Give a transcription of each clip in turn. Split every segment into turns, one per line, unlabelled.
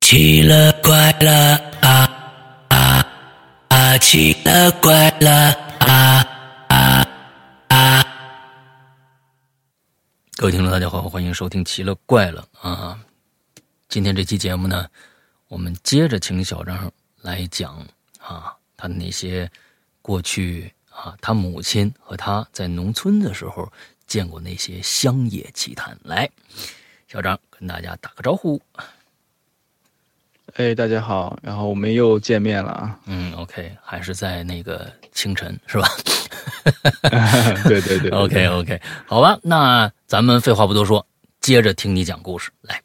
奇了怪了啊啊啊！奇了怪了啊啊啊！各位听众，大家好，欢迎收听《奇了怪了》啊！今天这期节目呢，我们接着请小张来讲啊，他那些过去啊，他母亲和他在农村的时候见过那些乡野奇谈。来，小张跟大家打个招呼。
哎，大家好，然后我们又见面了啊！
嗯，OK，还是在那个清晨是吧
对对对
？OK OK，好吧，那咱们废话不多说，接着听你讲故事来。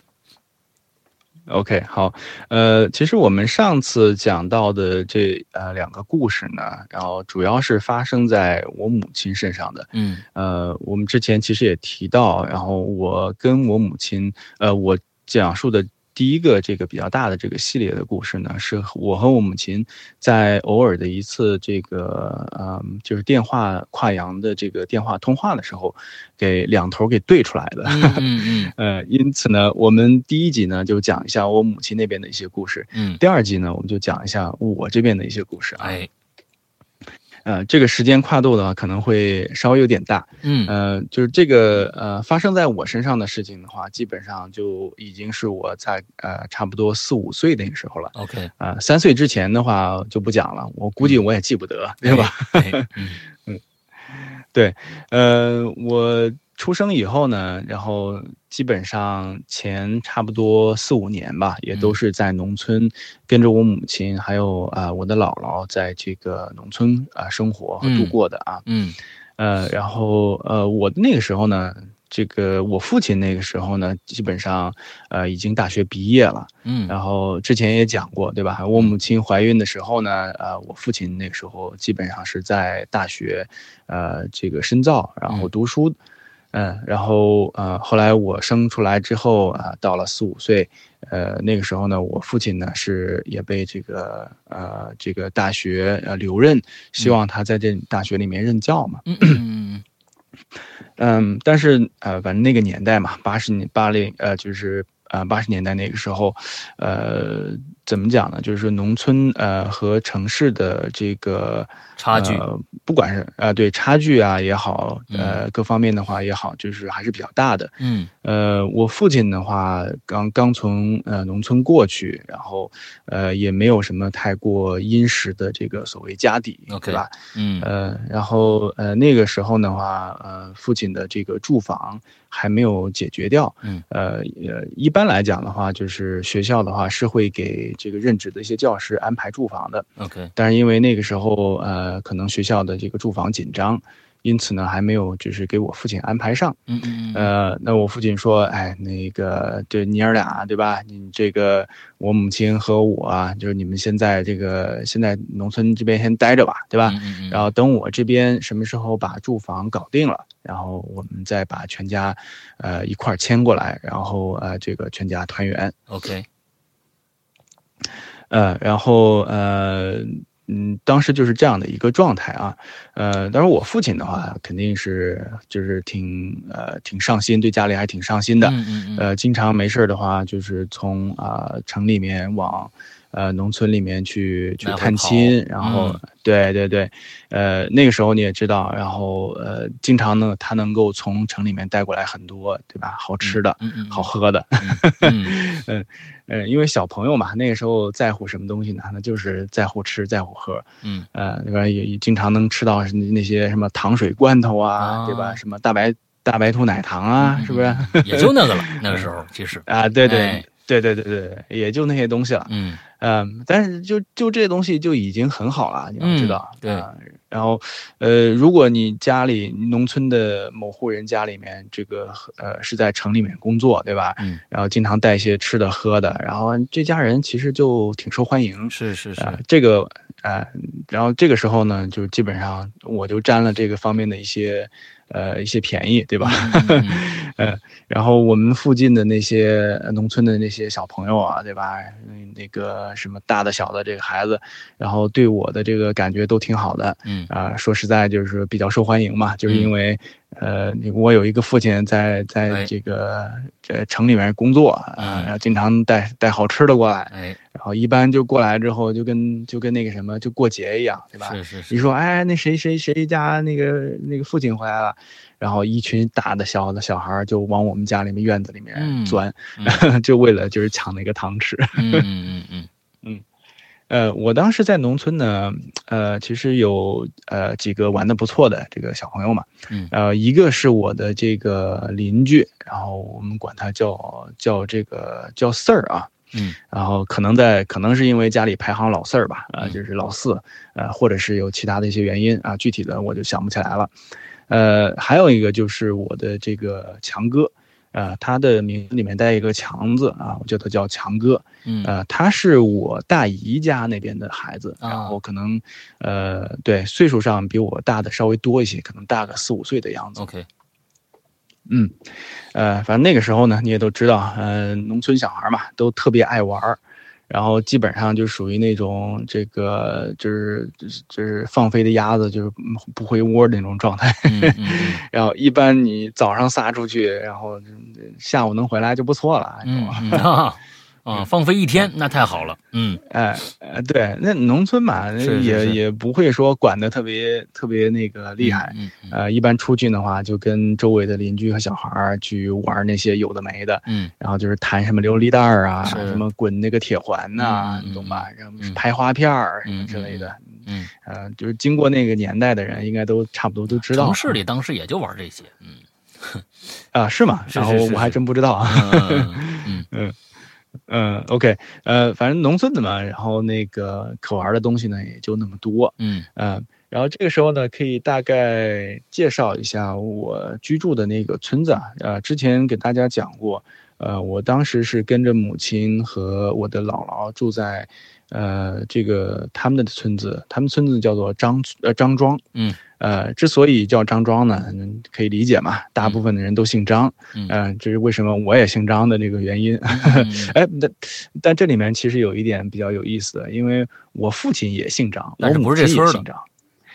OK，好，呃，其实我们上次讲到的这呃两个故事呢，然后主要是发生在我母亲身上的。
嗯
呃，我们之前其实也提到，然后我跟我母亲，呃，我讲述的第一个这个比较大的这个系列的故事呢，是我和我母亲在偶尔的一次这个，嗯、就是电话跨洋的这个电话通话的时候，给两头给对出来的。
嗯嗯
呃，因此呢，我们第一集呢就讲一下我母亲那边的一些故事，
嗯嗯，
第二集呢我们就讲一下我这边的一些故事啊。
哎，
呃，这个时间跨度呢可能会稍微有点大，
嗯
呃，就是这个呃发生在我身上的事情的话，基本上就已经是我在呃差不多四五岁那个时候了。
，OK，
啊、三岁之前的话就不讲了，我估计
嗯
我也记不得，对吧？
哎？哎嗯
呃，我出生以后呢，然后基本上前差不多四五年吧，也
嗯
都是在农村，跟着我母亲还有啊、我的姥姥在这个农村啊、生活和度
嗯
过的啊。
嗯
呃，然后呃，我那个时候呢，这个我父亲那个时候呢，基本上呃已经大学毕业了。
嗯
然后之前也讲过，对吧？我母亲怀孕的时候呢，呃，我父亲那个时候基本上是在大学，呃，这个深造，然后读书，嗯、然后呃，后来我生出来之后啊、到了四五岁，呃，那个时候呢，我父亲呢是也被这个呃这个大学呃留任，希望他在这大学里面任教嘛。
嗯嗯
嗯，但是呃，反正那个年代嘛，八十年八零呃，就是呃八十年代那个时候，呃，怎么讲呢？就是农村呃和城市的这个
差距
呃不管是呃对差距啊也好，
嗯
呃各方面的话也好，就是还是比较大的。
嗯
呃，我父亲的话，刚刚从呃农村过去，然后呃也没有什么太过殷实的这个所谓家底
OK
对吧？
嗯嗯
呃，然后呃那个时候的话，呃父亲的这个住房还没有解决掉，
嗯，
呃呃一般来讲的话，就是学校的话是会给这个任职的一些教师安排住房的，
，OK，
但是因为那个时候呃可能学校的这个住房紧张，因此呢还没有就是给我父亲安排上。
嗯嗯嗯
呃，那我父亲说，哎，那个，这你儿俩对吧？你这个我母亲和我啊，就是你们先在这个现在农村这边先待着吧，对吧？
嗯嗯，
啊然后等我这边什么时候把住房搞定了，然后我们再把全家，呃一块儿迁过来，然后呃这个全家团圆，
OK，
呃，然后呃嗯，当时就是这样的一个状态啊，呃，当然我父亲的话肯定是就是挺呃挺上心，对家里还挺上心的，
嗯嗯嗯
呃，经常没事儿的话，就是从啊、城里面往呃农村里面去去
来回
探
跑
亲，然后、
嗯
对对对，呃那个时候你也知道，然后呃经常呢他能够从城里面带过来很多对吧好吃的、
嗯嗯
好喝的，
嗯
呃因为小朋友嘛那个时候在乎什么东西呢？那就是在乎吃在乎喝，
嗯
呃对吧也也经常能吃到是那些什么糖水罐头啊，对
啊
吧？什么大白大白兔奶糖啊，是不是？
嗯也就那个了，那个时候其实
啊，对对、
哎
对对对对，也就那些东西了。
嗯
嗯，但是就就这东西就已经很好了，你要知道。
嗯对
啊然后，呃，如果你家里农村的某户人家里面，这个呃是在城里面工作，对吧？
嗯，
然后经常带一些吃的喝的，然后这家人其实就挺受欢迎。
嗯是是是
啊、这个啊呃，然后这个时候呢，就基本上我就沾了这个方面的一些呃一些便宜，对吧？
嗯
呃，然后我们附近的那些呃农村的那些小朋友啊，对吧？嗯那个什么大的小的这个孩子，然后对我的这个感觉都挺好的，
嗯
啊、说实在就是比较受欢迎嘛，就是因为，呃，我有一个父亲在
哎
在这个这城里面工作啊、
嗯
然后经常带带好吃的过来，
哎，
然后一般就过来之后就跟就跟那个什么就过节一样，对吧？
是是
一
是，
说哎，那谁谁谁家那个那个父亲回来了，然后一群大的小的小孩儿就往我们家里面院子
嗯
里面钻，
嗯
就为了就是抢那个糖吃。
嗯嗯嗯
呃，我当时在农村呢，呃，其实有呃几个玩的不错的这个小朋友嘛，
嗯
呃，一个是我的这个邻居，然后我们管他叫叫这个叫 Sir 啊，
嗯
然后可能在可能是因为家里排行老四儿吧，啊、
嗯
就是老四，呃，或者是有其他的一些原因啊，具体的我就想不起来了。呃，还有一个就是我的这个强哥，呃，他的名字里面带一个强字啊，我叫他叫强哥。
嗯嗯
呃，他是我大姨家那边的孩子，
啊
然后可能，呃，对，岁数上比我大的稍微多一些，可能大个四五岁的样子。
，OK，
嗯，呃，反正那个时候呢，你也都知道，呃，农村小孩嘛，都特别爱玩儿，然后基本上就属于那种这个就是就是就是放飞的鸭子，就是不回窝的那种状态。
嗯嗯嗯
然后一般你早上撒出去，然后下午能回来就不错了。
嗯嗯啊啊，放飞一天那太好了，嗯
哎、呃，对，那农村嘛，
是是
也
是
也不会说管的特别特别那个厉害。
嗯嗯
呃，一般出去的话，就跟周围的邻居和小孩儿去玩儿那些有的没的，
嗯
然后就是弹什么琉璃弹儿啊，
是
什么滚那个铁环
嗯
呐、
嗯嗯
你懂吧？然后
嗯
拍花片儿什
嗯
么之类的，
嗯，
呃，就是经过那个年代的人，应该都差不多都知道
城市里当时也就玩这些，嗯
啊、是吗？
是
然后
是是
我还
是
真不知道啊。
嗯嗯
嗯，OK，呃，反正农村的嘛，然后那个可玩的东西呢也就那么多，
嗯
嗯。然后这个时候呢，可以大概介绍一下我居住的那个村子啊。呃，之前给大家讲过，呃，我当时是跟着母亲和我的姥姥住在，呃，这个他们的村子，他们村子叫做张呃张庄。
嗯，
呃，之所以叫张庄呢，嗯可以理解嘛，大部分的人都姓张。
嗯
呃，这是为什么我也姓张的这个原因。
嗯
哎，但但这里面其实有一点比较有意思的，因为我父亲也姓张，
但
我
是不
母
是这
亲
村
也
儿
姓
的
张。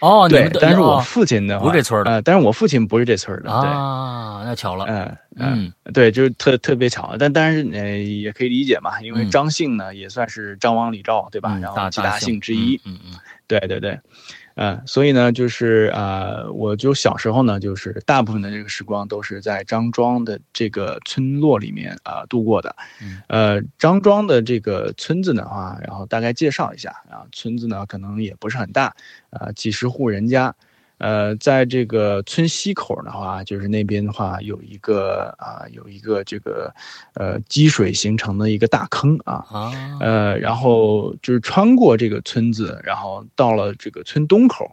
哦，你
对
们，的
但是我
哦
父亲的
不是这村儿的
呃，但是我父亲不是这村儿的，
啊，那巧了
对，，嗯嗯，
嗯
对，就是特特别巧，但但是呃也可以理解嘛，因为
嗯
张姓呢也算是张王李赵对吧？
嗯
然后
大
几
大
姓之一，，
嗯嗯
对对对，嗯、所以呢就是呃，我就小时候呢就是大部分的这个时光都是在张庄的这个村落里面啊、呃度过的，
嗯
呃，张庄的这个村子的话，然后大概介绍一下啊，村子呢可能也不是很大，呃，几十户人家，呃，在这个村西口的话，就是那边的话有一个啊、有一个这个呃积水形成的一个大坑啊，
啊，
呃，然后就是穿过这个村子，然后到了这个村东口，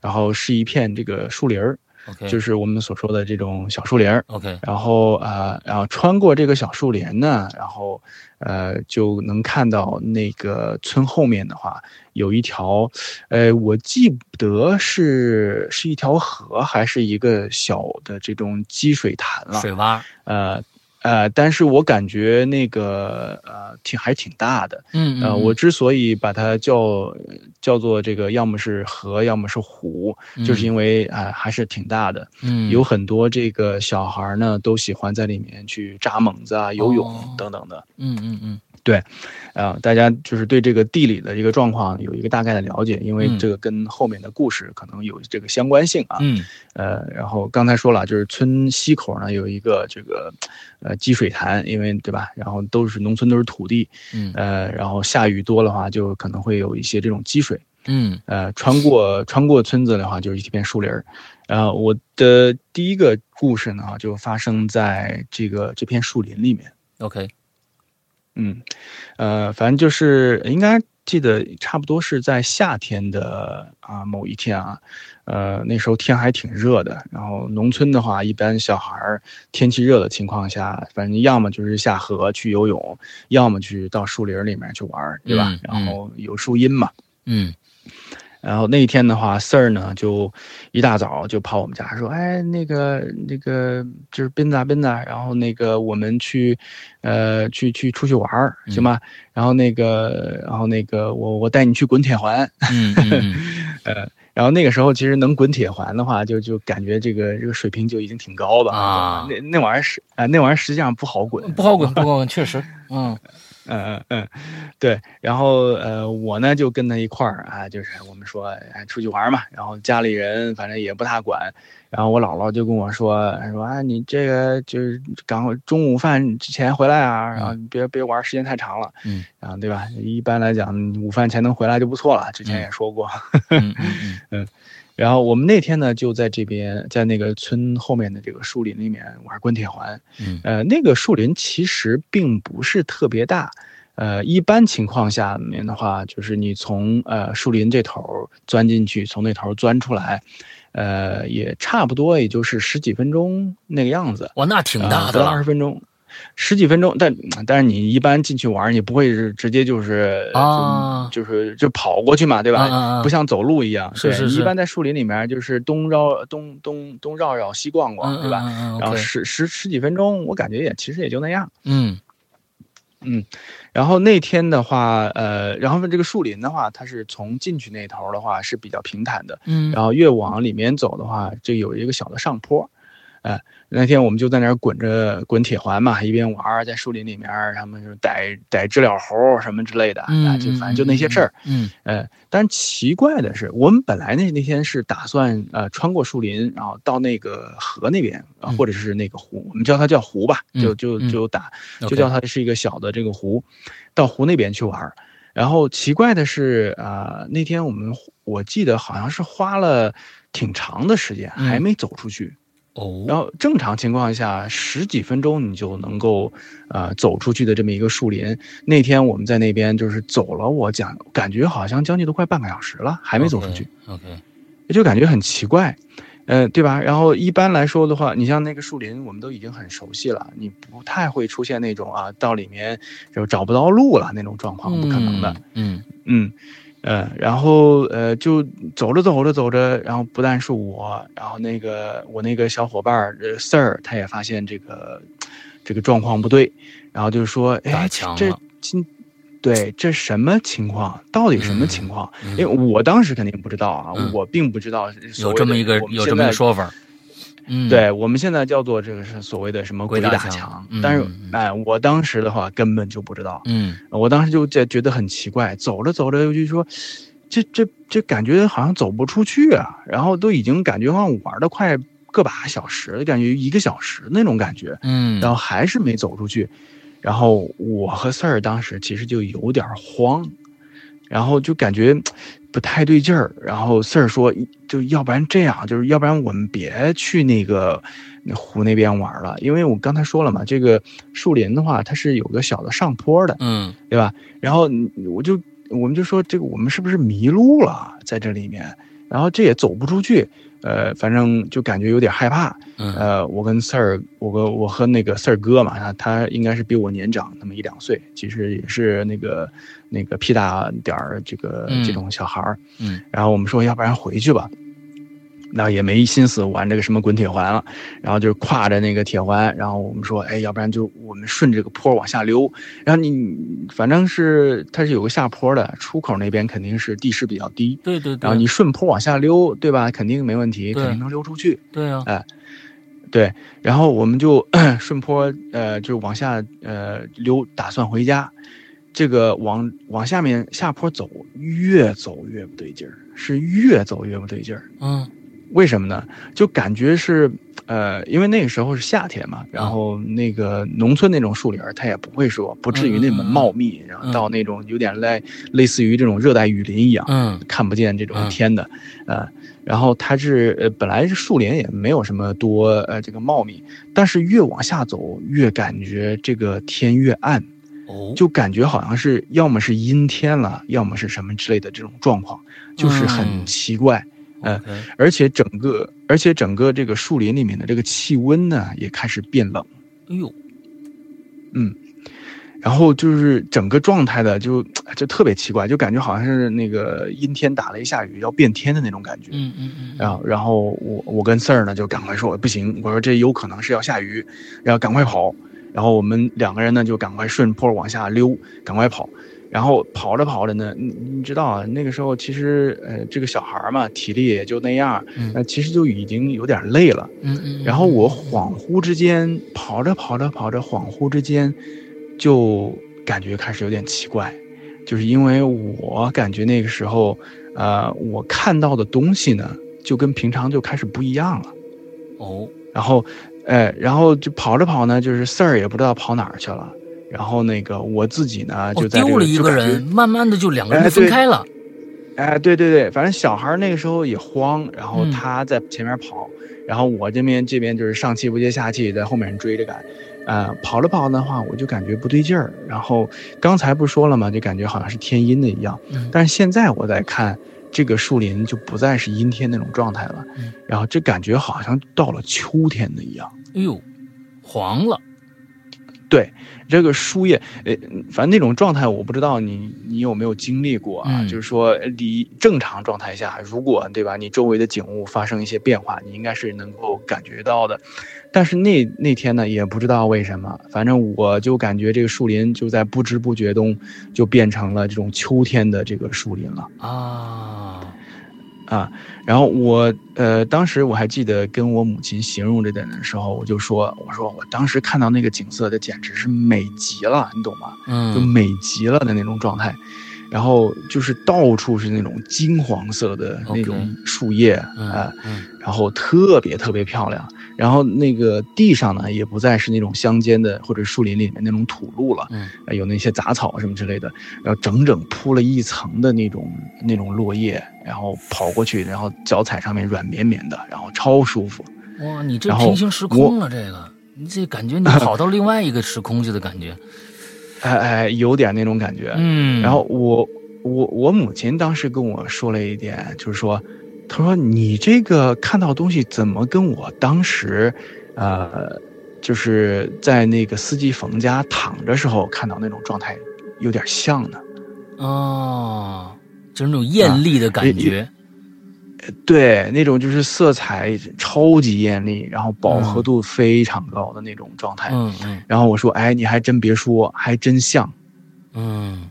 然后是一片这个树林儿，
OK，
就是是我们所说的这种小树林儿。
OK，
然后呃，然后穿过这个小树林呢，然后呃就能看到那个村后面的话有一条，呃，我记不得是是一条河还是一个小的这种积水潭了，
水洼，
呃呃，但是我感觉那个呃挺还挺大的，
嗯
呃，
嗯
我之所以把它叫叫做这个，要么是河，要么是湖，就是因为啊、呃还是挺大的。
嗯
有很多这个小孩儿呢，都喜欢在里面去扎猛子啊、游
哦
泳等等的。
嗯嗯嗯
啊、大家就是对这个地理的一个状况有一个大概的了解，因为
嗯
这个跟后面的故事可能有这个相关性啊。
嗯
呃，然后刚才说了，就是村西口呢有一个这个呃积水潭，因为对吧？然后都是农村都是土地，
嗯
呃，然后下雨多的话，就可能会有一些这种积水。
嗯
呃，穿过穿过村子的话，就是一片树林儿。呃，我的第一个故事呢，就发生在这个这片树林里面。
，OK，
嗯，呃，反正就是应该记得差不多是在夏天的啊某一天啊，呃，那时候天还挺热的。然后农村的话，一般小孩儿天气热的情况下，反正要么就是下河去游泳，要么去到树林儿里面去玩儿，对吧？
嗯
然后有树荫嘛，
嗯
然后那一天的话，Sir 呢就一大早就跑我们家说，哎，那个那个就是斌子啊斌子啊，然后那个我们去，呃，去去出去玩儿行吧？然后那个然后那个我我带你去滚铁环，
嗯嗯
呃，然后那个时候其实能滚铁环的话，就就感觉这个这个水平就已经挺高了
啊
那那玩意儿是啊、那玩意儿实际上不好滚
嗯，，不好滚，不好滚，确实，嗯
嗯嗯嗯，对。然后呃，我呢就跟他一块儿啊，就是我们说哎出去玩嘛，然后家里人反正也不大管。然后我姥姥就跟我说说啊，你这个就是赶快中午饭之前回来啊，然后你别别玩时间太长了，
嗯，
然后对吧？一般来讲午饭前能回来就不错了，之前也说过。
嗯嗯
然后我们那天呢就在这边，在那个村后面的这个树林里面玩滚铁环，
嗯
呃，那个树林其实并不是特别大，呃，一般情况下面的话，就是你从呃树林这头儿钻进去，从那头儿钻出来，呃，也差不多也就是十几分钟那个样子，
哇，那挺大的
呃不到二
了
十分钟。十几分钟，但但是你一般进去玩儿，你不会是直接就是
啊
就就是就跑过去嘛，对吧？
啊啊啊
不像走路一样，
是
对
是
你
是
一般在树林里面就是东绕东东东绕绕西逛逛，
嗯
对吧？
嗯嗯
然后
，OK，
十十十几分钟，我感觉也其实也就那样。
嗯
然后那天的话，呃，然后这个树林的话，它是从进去那头的话是比较平坦的，
嗯
然后越往里面走的话，就有一个小的上坡。哎、那天我们就在那儿滚着滚铁环嘛，一边玩儿，在树林里面，他们就逮逮知了猴什么之类的，啊，
嗯，
就反正就那些事儿。，
嗯
呃，但奇怪的是，我们本来那那天是打算呃穿过树林，然后到那个河那边，啊
嗯
或者是那个湖，我们叫它叫湖吧，就
嗯
就
嗯
就打就
OK
叫它是一个小的这个湖，到湖那边去玩儿。然后奇怪的是，啊，那天我们我记得好像是花了挺长的时间，
嗯
还没走出去。然
哦，
后正常情况下，十几分钟你就能够，呃，走出去的这么一个树林。那天我们在那边就是走了，我讲感觉好像将近都快半个小时了，还没走出去，
，OK，
就感觉很奇怪，呃，对吧？然后一般来说的话，你像那个树林，我们都已经很熟悉了，你不太会出现那种啊到里面就找不到路了那种状况，不可能的。，
嗯
嗯，呃，然后呃，就走着走着走着，然后不但是我，然后那个我那个小伙伴儿呃 Sir，他也发现这个这个状况不对，然后就说，
打
哎，
墙
这
了
今对这什么情况？到底什么情况？
嗯
因为我当时肯定不知道啊，
嗯
我并不知道
有这么一个有这么一个
个
说法，嗯，
对我们现在叫做这个是所谓的什么
鬼
鬼
打
打
墙嗯
但是
嗯嗯
哎，我当时的话根本就不知道，
嗯
我当时就在觉得很奇怪，走着走着我就说，这这这感觉好像走不出去啊，然后都已经感觉好像玩的快个把小时了，感觉一个小时那种感觉，
嗯，
然后还是没走出去，然后我和 Sir 当时其实就有点慌，然后就感觉不太对劲儿，然后 Sir 说，就要不然这样，就是要不然我们别去那个那湖那边玩了，因为我刚才说了嘛，这个树林的话它是有个小的上坡的。
嗯
对吧？然后你我就我们就说这个我们是不是迷路了在这里面？然后这也走不出去，呃，反正就感觉有点害怕。
嗯
呃，我跟 Sir，我跟我和那个 Sir 哥嘛，他他应该是比我年长那么一两岁，其实也是那个那个屁大点儿这个
嗯
这种小孩儿。
嗯
然后我们说要不然回去吧，那也没心思玩这个什么滚铁环了，然后就挎着那个铁环，然后我们说，哎，要不然就我们顺着这个坡往下溜，然后你反正是它是有个下坡的，出口那边肯定是地势比较低，
对对对，
然后你顺坡往下溜，对吧？肯定没问题，
对
肯定能溜出去。
对啊，
对，然后我们就 顺坡呃，就往下呃溜，打算回家。这个往往下面下坡走，越走越不对劲儿，是越走越不对劲儿。
嗯
为什么呢？就感觉是，呃，因为那个时候是夏天嘛，然后那个农村那种树林儿，它也不会说不至于那么茂密，然后到那种有点类类似于这种热带雨林一样，
嗯
看不见这种天的，呃，然后它是呃本来是树林也没有什么多呃这个茂密，但是越往下走越感觉这个天越暗，
哦，
就感觉好像是要么是阴天了，要么是什么之类的这种状况，就是
嗯
很奇怪。
嗯
而且整个，而且整个这个树林里面的这个气温呢，也开始变冷。
哎呦，
然后就是整个状态的就就特别奇怪，就感觉好像是那个阴天打雷下雨要变天的那种感觉。
嗯嗯嗯，
然啊后，然后我我跟 Sir 呢就赶快说不行，我说这有可能是要下雨，然后赶快跑。然后我们两个人呢就赶快顺坡往下溜，赶快跑。然后跑着跑着呢，你你知道啊，那个时候其实呃这个小孩儿嘛体力也就那样，
嗯
那其实就已经有点累了。
嗯嗯，
然后我恍惚之间跑着跑着跑着，恍惚之间就感觉开始有点奇怪，就是因为我感觉那个时候，呃，我看到的东西呢，就跟平常就开始不一样了。
哦，
然后，呃，然后就跑着跑呢，就是 Sir 也不知道跑哪儿去了。然后那个我自己呢，
我
就在、这
哦丢了一
就
个
感觉
人，慢慢的就两个人
哎
就分
对
开了。
哎，对对对，反正小孩儿那个时候也慌，然后
嗯
他在前面跑，然后我这边这边就是上气不接下气，在后面追着赶，呃，跑着跑着的话，我就感觉不对劲儿。然后刚才不是说了吗？就感觉好像是天阴的一样，
嗯
但是现在我在看这个树林，就不再是阴天那种状态了
嗯，
然后这感觉好像到了秋天的一样。
哎呦，黄了。
这个树叶，呃，反正那种状态我不知道你你有没有经历过啊？
嗯
就是说，离正常状态下，如果对吧，你周围的景物发生一些变化，你应该是能够感觉到的。但是那那天呢，也不知道为什么，反正我就感觉这个树林就在不知不觉中就变成了这种秋天的这个树林了。
啊，
啊，然后我呃，当时我还记得跟我母亲形容这点的时候，我就说，我说我当时看到那个景色，这简直是美极了，你懂吗？就
嗯，
美极了的那种状态，然后就是到处是那种金黄色的
OK
那种树叶啊、
嗯嗯
然后特别特别漂亮。然后那个地上呢，也不再是那种乡间的或者树林里面那种土路了，
嗯
呃有那些杂草什么之类的，然后整整铺了一层的那种那种落叶，然后跑过去，然后脚踩上面软绵绵的，然后超舒服。
哇，你这
然后
平行时空了，这个你这感觉你跑到另外一个时空去的 感觉。
哎哎，有点那种感觉。
嗯，
然后我我我母亲当时跟我说了一点，就是说，她说你这个看到东西怎么跟我当时，呃，就是在那个司机冯家躺着时候看到那种状态有点像呢？
哦，就是那种艳丽
啊
的感觉。
对，那种就是色彩超级艳丽，然后饱和度非常高的那种状态。
嗯嗯
然后我说，哎，你还真别说，还真像。
嗯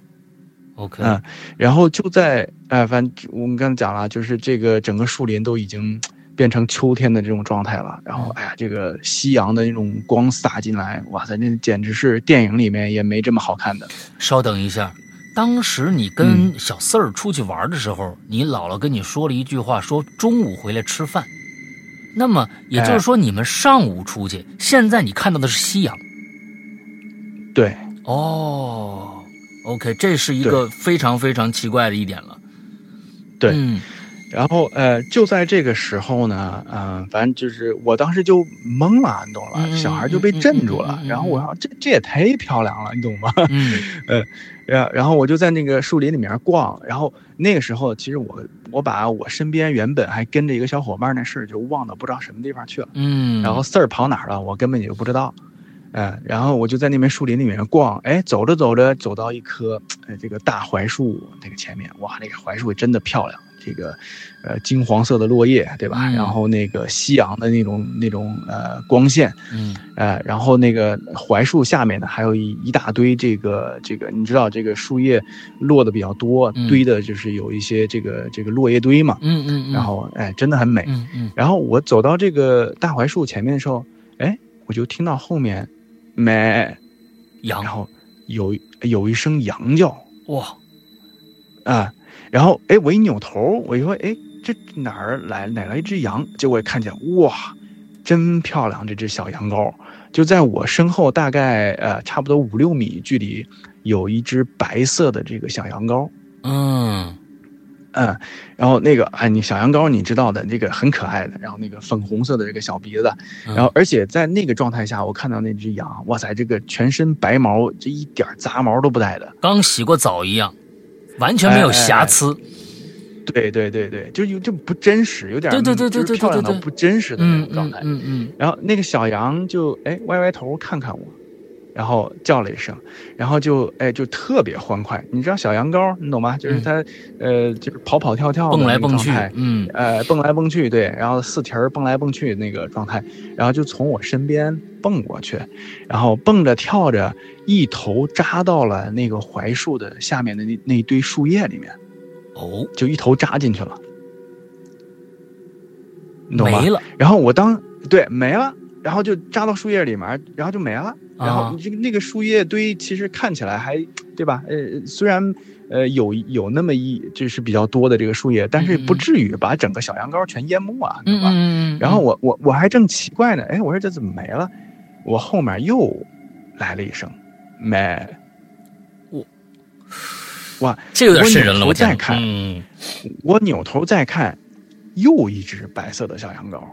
，OK，
嗯然后就在哎，反正我们刚才讲了，啊就是这个整个树林都已经变成秋天的这种状态了。然
嗯
后哎呀，这个夕阳的那种光洒进来，哇塞，那简直是电影里面也没这么好看的。
稍等一下。当时你跟
嗯
小四儿出去玩的时候，你姥姥跟你说了一句话，说中午回来吃饭。那么也
哎
就是说，你们上午出去，现在你看到的是夕阳。
对，
哦，OK，这是一个非常非常奇怪的一点了。
对
嗯
然后呃，就在这个时候呢，嗯、反正就是我当时就懵了，你懂了吧，
嗯
小孩就被震住了
嗯嗯嗯嗯。嗯
然后我要这这也忒漂亮了，你懂吗？
嗯
然然后我就在那个树林里面逛，然后那个时候其实我我把我身边原本还跟着一个小伙伴那事儿就忘到不知道什么地方去了，
嗯，
然后事儿跑哪儿了我根本也就不知道，嗯、然后我就在那边树林里面逛，哎，走着走着走到一棵呃这个大槐树那个前面，哇，那个槐树真的漂亮，这个呃金黄色的落叶对吧？
嗯
然后那个夕阳的那种那种呃光线，
嗯
呃，然后那个槐树下面呢，还有一一大堆这个这个，你知道这个树叶落的比较多
嗯，
堆的就是有一些这个这个落叶堆嘛，
嗯嗯，
然后哎，真的很美。
嗯嗯
然后我走到这个大槐树前面的时候，哎，我就听到后面，咩，
羊
然后有有一声羊叫
哇
啊，然后哎，我一扭头，我一说，哎，这哪儿来哪来一只羊？结果看见，哇，真漂亮，这只小羊羔就在我身后，大概呃差不多五六米距离，有一只白色的这个小羊羔。
嗯
嗯，然后那个哎，你小羊羔你知道的，那个很可爱的，然后那个粉红色的这个小鼻子，
嗯
然后而且在那个状态下，我看到那只羊，哇塞，这个全身白毛，这一点儿杂毛都不带的，
刚洗过澡一样，完全
哎
没有瑕疵。
对对对对，就有就不真实，有点
对对对对
就是
对
漂亮
对
到
对
不真实的那
嗯
种状
嗯
态。
嗯嗯
然后那个小羊就哎歪歪头看看我，然后叫了一声，然后就哎就特别欢快。你知道小羊羔，你懂吗？就是它，呃，就是跑跑跳跳
嗯
的
蹦来
那个
蹦
状
去
态，
嗯
呃，蹦来蹦去，对，然后四蹄儿蹦来蹦去那个状态，然后就从我身边蹦过去，然后蹦着跳着，一头扎到了那个槐树的下面的那那一堆树叶里面，
哦，
就一头扎进去了，你懂吗
没？了，
然后我当对没了，然后就扎到树叶里面，然后就没了。然后
啊
这个那个树叶堆其实看起来还对吧？呃，虽然呃有有那么一就是比较多的这个树叶，但是不
嗯嗯
至于把整个小羊羔全淹没啊，对
嗯
吧？
嗯嗯，
然后我我我还正奇怪呢，哎，我说这怎么没了？我后面又来了一声，没。
我
哇，
嗯这有点瘆人了，
我
我
扭头
讲
再看
嗯，
我扭头再看，又一只白色的小羊羔。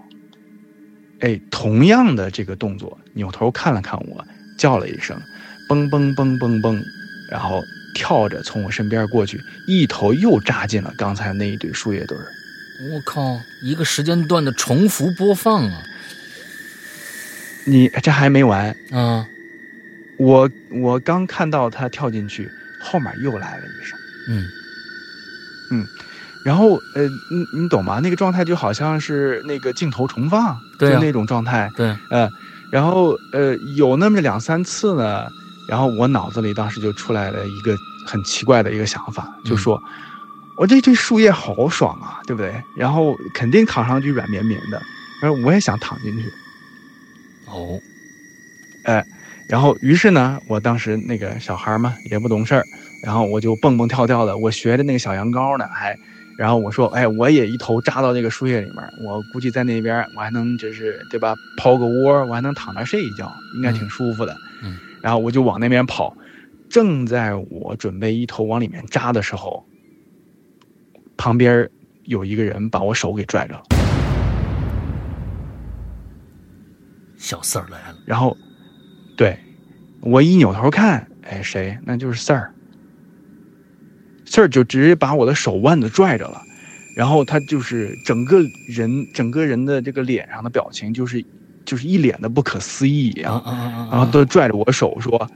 哎，同样的这个动作，扭头看了看我，叫了一声，嘣嘣嘣嘣嘣，然后跳着从我身边过去，一头又扎进了刚才那一堆树叶堆儿。
我靠，一个时间段的重复播放啊，
你这还没完，
啊，
我我刚看到它跳进去，后面又来了一声。嗯
嗯
然后，呃，你你懂吗？那个状态就好像是那个镜头重放，
对啊
就那种状态。
对，啊
呃，然后呃，有那么两三次呢，然后我脑子里当时就出来了一个很奇怪的一个想法，
嗯
就说，我这堆树叶好爽啊，对不对？然后肯定躺上去软绵绵的，然后我也想躺进去。
哦，
然后，于是呢，我当时那个小孩嘛也不懂事儿，然后我就蹦蹦跳跳的，我学着那个小羊羔呢，还，然后我说，哎，我也一头扎到那个树叶里面，我估计在那边我还能就是对吧，刨个窝，我还能躺那儿睡一觉，应该挺舒服的。
嗯，
然后我就往那边跑，正在我准备一头往里面扎的时候，旁边有一个人把我手给拽着了。
小四儿来了，
然后，对我一扭头看，哎，谁？那就是 Sir。Sir 就直接把我的手腕子拽着了，然后他就是整个人整个人的这个脸上的表情就是就是一脸的不可思议一
啊
样，
啊啊
然后都拽着我手说：“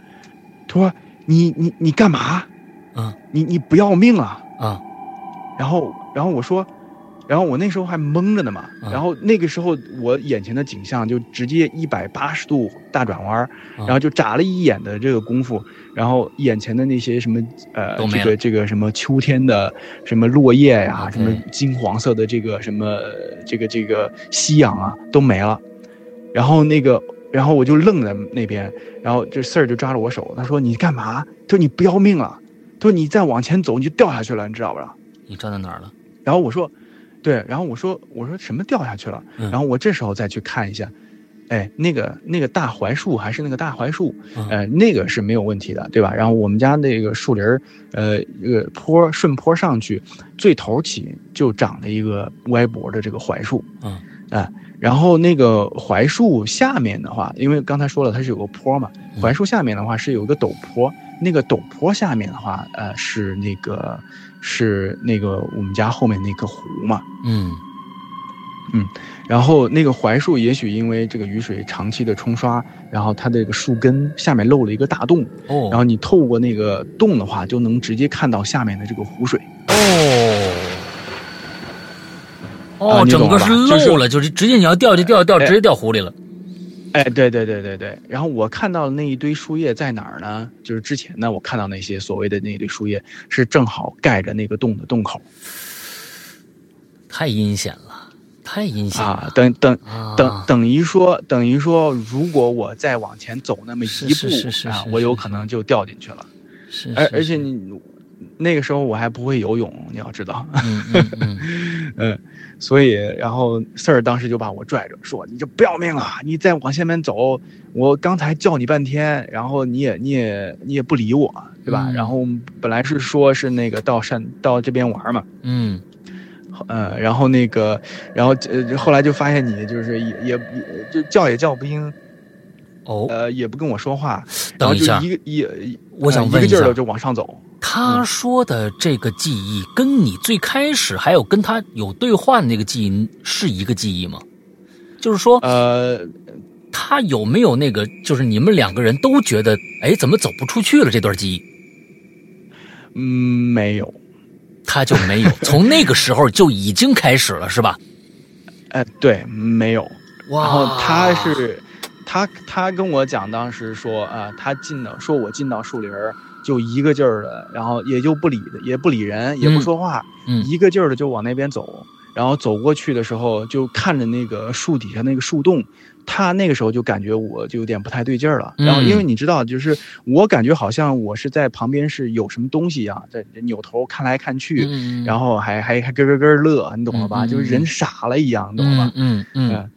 他说你你你干嘛？
嗯
你你不要命啊？”
啊
然后，然后我说，然后我那时候还懵着呢嘛，
嗯
然后那个时候我眼前的景象就直接一百八十度大转弯儿，
嗯
然后就眨了一眼的这个功夫，然后眼前的那些什么呃
都没
这
了
个这个什么秋天的什么落叶呀、
OK
什么金黄色的这个什么这个这个夕阳啊都没了，然后那个。然后我就愣在那边，然后这 Sir 就抓着我手，他说：“你干嘛？”他说：“你不要命了？”他说：“你再往前走你就掉下去了，你知道不知道？”
你站在哪儿了？
然后我说，对，然后我说我说什么掉下去了？
嗯
然后我这时候再去看一下，哎，那个那个大槐树还是那个大槐树，
嗯
呃，那个是没有问题的，对吧？然后我们家那个树林儿，呃，这个坡顺坡上去，最头起就长了一个歪脖的这个槐树，
嗯
啊、然后那个槐树下面的话，因为刚才说了它是有个坡嘛，
嗯
槐树下面的话是有一个陡坡，那个陡坡下面的话，呃，是那个是那个我们家后面那个湖嘛，
嗯
然后那个槐树也许因为这个雨水长期的冲刷，然后它的这个树根下面漏了一个大洞，
哦，
然后你透过那个洞的话，就能直接看到下面的这个湖水。
哦，
啊
哦，
你懂
整
了吧
个是漏了，就是直接你要掉就掉掉，
哎
直接掉湖里了。
哎，对对对对对。然后我看到的那一堆树叶在哪儿呢？就是之前呢，我看到那些所谓的那一堆树叶是正好盖着那个洞的洞口
太阴险了，太阴险了
啊。等等
啊！
等等于说，等于说，如果我再往前走那么一
是
步
是是是
啊
是，
我有
是
可
是
能就掉进去了。
是，
而
是
而且
是
你那个时候我还不会游泳，你要知道。
嗯嗯嗯，
嗯，所以然后 Sir 当时就把我拽着说：“你这不要命了！啊你再往前面走，我刚才叫你半天，然后你也你也你也不理我，对吧？
嗯
然后我们本来是说是那个到山到这边玩嘛，
嗯
嗯，然后那个然后呃后来就发现你就是也也也就叫也叫不应，
哦，
呃也不跟我说话，然后
等一
就
下，
一个一一
我想
呃
问
一个
一下
劲儿的就往上走，嗯
他说的这个记忆跟你最开始还有跟他有对话的那个记忆是一个记忆吗？就是说，
呃，
他有没有那个，就是你们两个人都觉得，哎，怎么走不出去了？这段记忆
嗯，没有，
他就没有，从那个时候就已经开始了，是吧？
哎、对，没有。
哇，
然后他
啊
是，他他跟我讲，当时说啊、他进到说我进到树林儿，就一个劲儿的，然后也就不理也不理人，也不说话，
嗯
一个劲儿的就往那边走。然后走过去的时候，就看着那个树底下那个树洞，他那个时候就感觉我就有点不太对劲儿了。
嗯
然后因为你知道，就是我感觉好像我是在旁边是有什么东西一样，在扭头看来看去，
嗯，
然后还还还咯咯咯乐，你懂了吧？
嗯嗯
就是人
嗯
傻了一样，你懂了吧？
嗯嗯嗯
嗯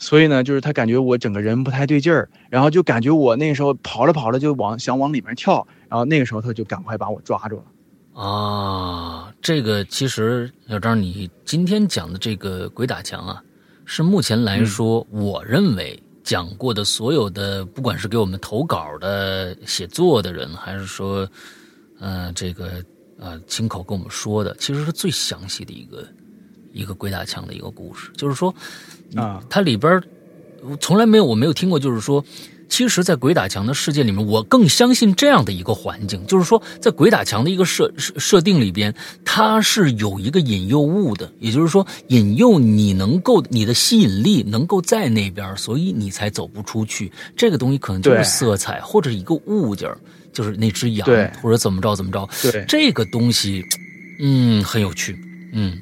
所以呢，就是他感觉我整个人不太对劲儿，然后就感觉我那时候跑着跑着就往想往里面跳，然后那个时候他就赶快把我抓住了。
啊，这个其实小张，你今天讲的这个鬼打墙啊，是目前来说，我认为讲过的所有的，不管是给我们投稿的、写作的人，还是说，呃，这个呃亲口跟我们说的，其实是最详细的一个一个鬼打墙的一个故事。就是说，
啊
它里边儿我从来没有我没有听过，就是说，其实，在鬼打墙的世界里面，我更相信这样的一个环境，就是说，在鬼打墙的一个设设设定里边，它是有一个引诱物的，也就是说，引诱你能够你的吸引力能够在那边儿，所以你才走不出去。这个东西可能就是
对
色彩或者一个物件儿，就是那只羊
对
或者怎么着怎么着，
对
这个东西，嗯，很有趣，嗯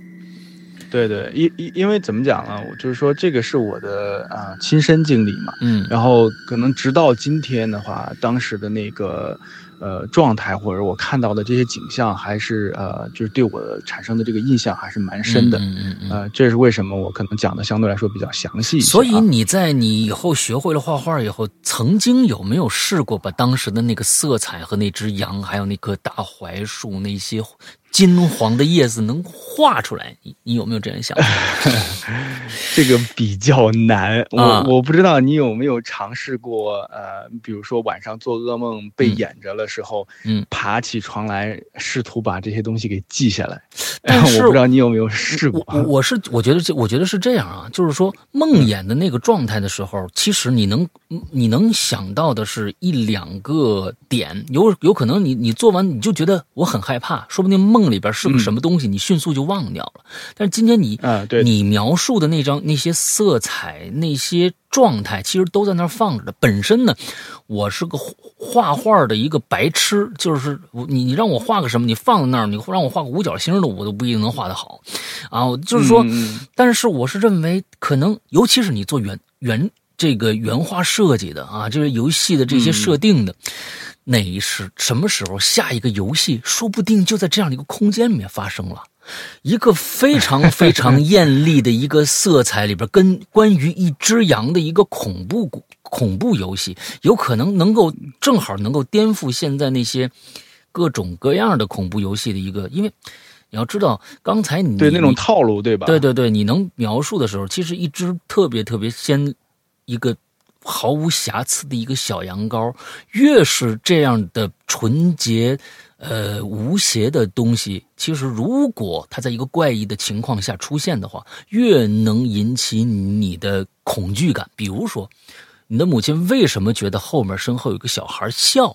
对对，因因因为怎么讲呢？我就是说这个是我的啊、亲身经历嘛，
嗯
然后可能直到今天的话，当时的那个呃状态或者我看到的这些景象，还是呃就是对我产生的这个印象还是蛮深的。
嗯嗯嗯嗯
呃，这是为什么我可能讲的相对来说比较详细一些啊、
所以你在你以后学会了画画以后，曾经有没有试过把当时的那个色彩和那只羊，还有那棵大槐树那些金黄的叶子能画出来？你你有没有这样想？
这个比较难，我、
啊
我不知道你有没有尝试过，呃，比如说晚上做噩梦被
嗯
演着了时候，
嗯，
爬起床来试图把这些东西给记下来，
但是
我不知道你有没有试过
我，
嗯
我我是我觉得这我觉得是这样啊，就是说梦魇的那个状态的时候，其实你能你能想到的是一两个点，有有可能你你做完你就觉得我很害怕，说不定梦里边是个
嗯
什么东西，你迅速就忘掉了。但是今天你
啊对
你描述的那张那些色彩那些状态，其实都在那儿放着的。本身呢，我是个画画画的一个白痴，就是我你你让我画个什么，你放在那儿，你让我画个五角星的，我都不一定能画得好。啊，我就是说，
嗯
但是我是认为，可能尤其是你做原原这个原画设计的啊，这个游戏的这些
嗯
设定的，哪是什么时候下一个游戏，说不定就在这样的一个空间里面发生了。一个非常非 常艳丽的一个色彩里边，跟关于一只羊的一个恐怖故恐怖游戏，有可能能够正好能够颠覆现在那些各种各样的恐怖游戏的一个，因为你要知道，刚才你
对那
你
种套路，对吧？
对对对，你能描述的时候，其实一只特别特别鲜，一个毫无瑕疵的一个小羊羔，越是这样的纯洁、呃无邪的东西，其实如果它在一个怪异的情况下出现的话，越能引起你的恐惧感。比如说，你的母亲为什么觉得后面身后有个小孩笑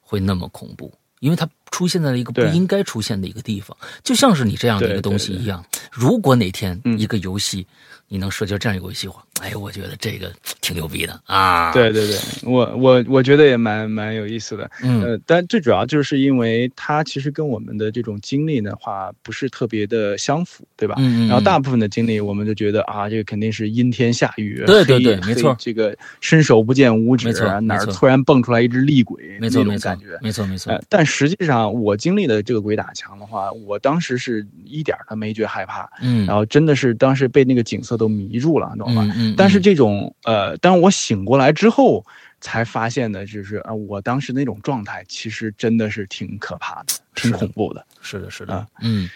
会那么恐怖？因为它出现在了一个不
对
应该出现的一个地方，就像是你这样的一个
对
东西
对对
一样。如果哪天
嗯
一个游戏、你能设计这样一个游戏的话，哎，我觉得这个挺牛逼的啊。，
对对对，我我我觉得也蛮蛮有意思的，
嗯
呃，但最主要就是因为它其实跟我们的这种经历的话不是特别的相符，对吧？
嗯，嗯
然后大
嗯
部分的经历，我们就觉得啊，这个肯定是阴天下雨，
对对
黑
对没错
黑这个伸手不见五指
没错，
哪
没
儿
错
突然蹦出来一只厉鬼，
没错
那
没
种
错
感觉。
没错没错
呃，，但实际上我经历的这个鬼打墙的话，我当时是一点儿都没觉得害怕，
嗯，
然后真的是当时被那个景色都迷住了，懂吧？
嗯嗯，
但是
嗯
这种呃，当我醒过来之后才发现的，就是啊、我当时那种状态其实真的是挺可怕的，挺
是的
恐怖的。
是的是的
啊，
嗯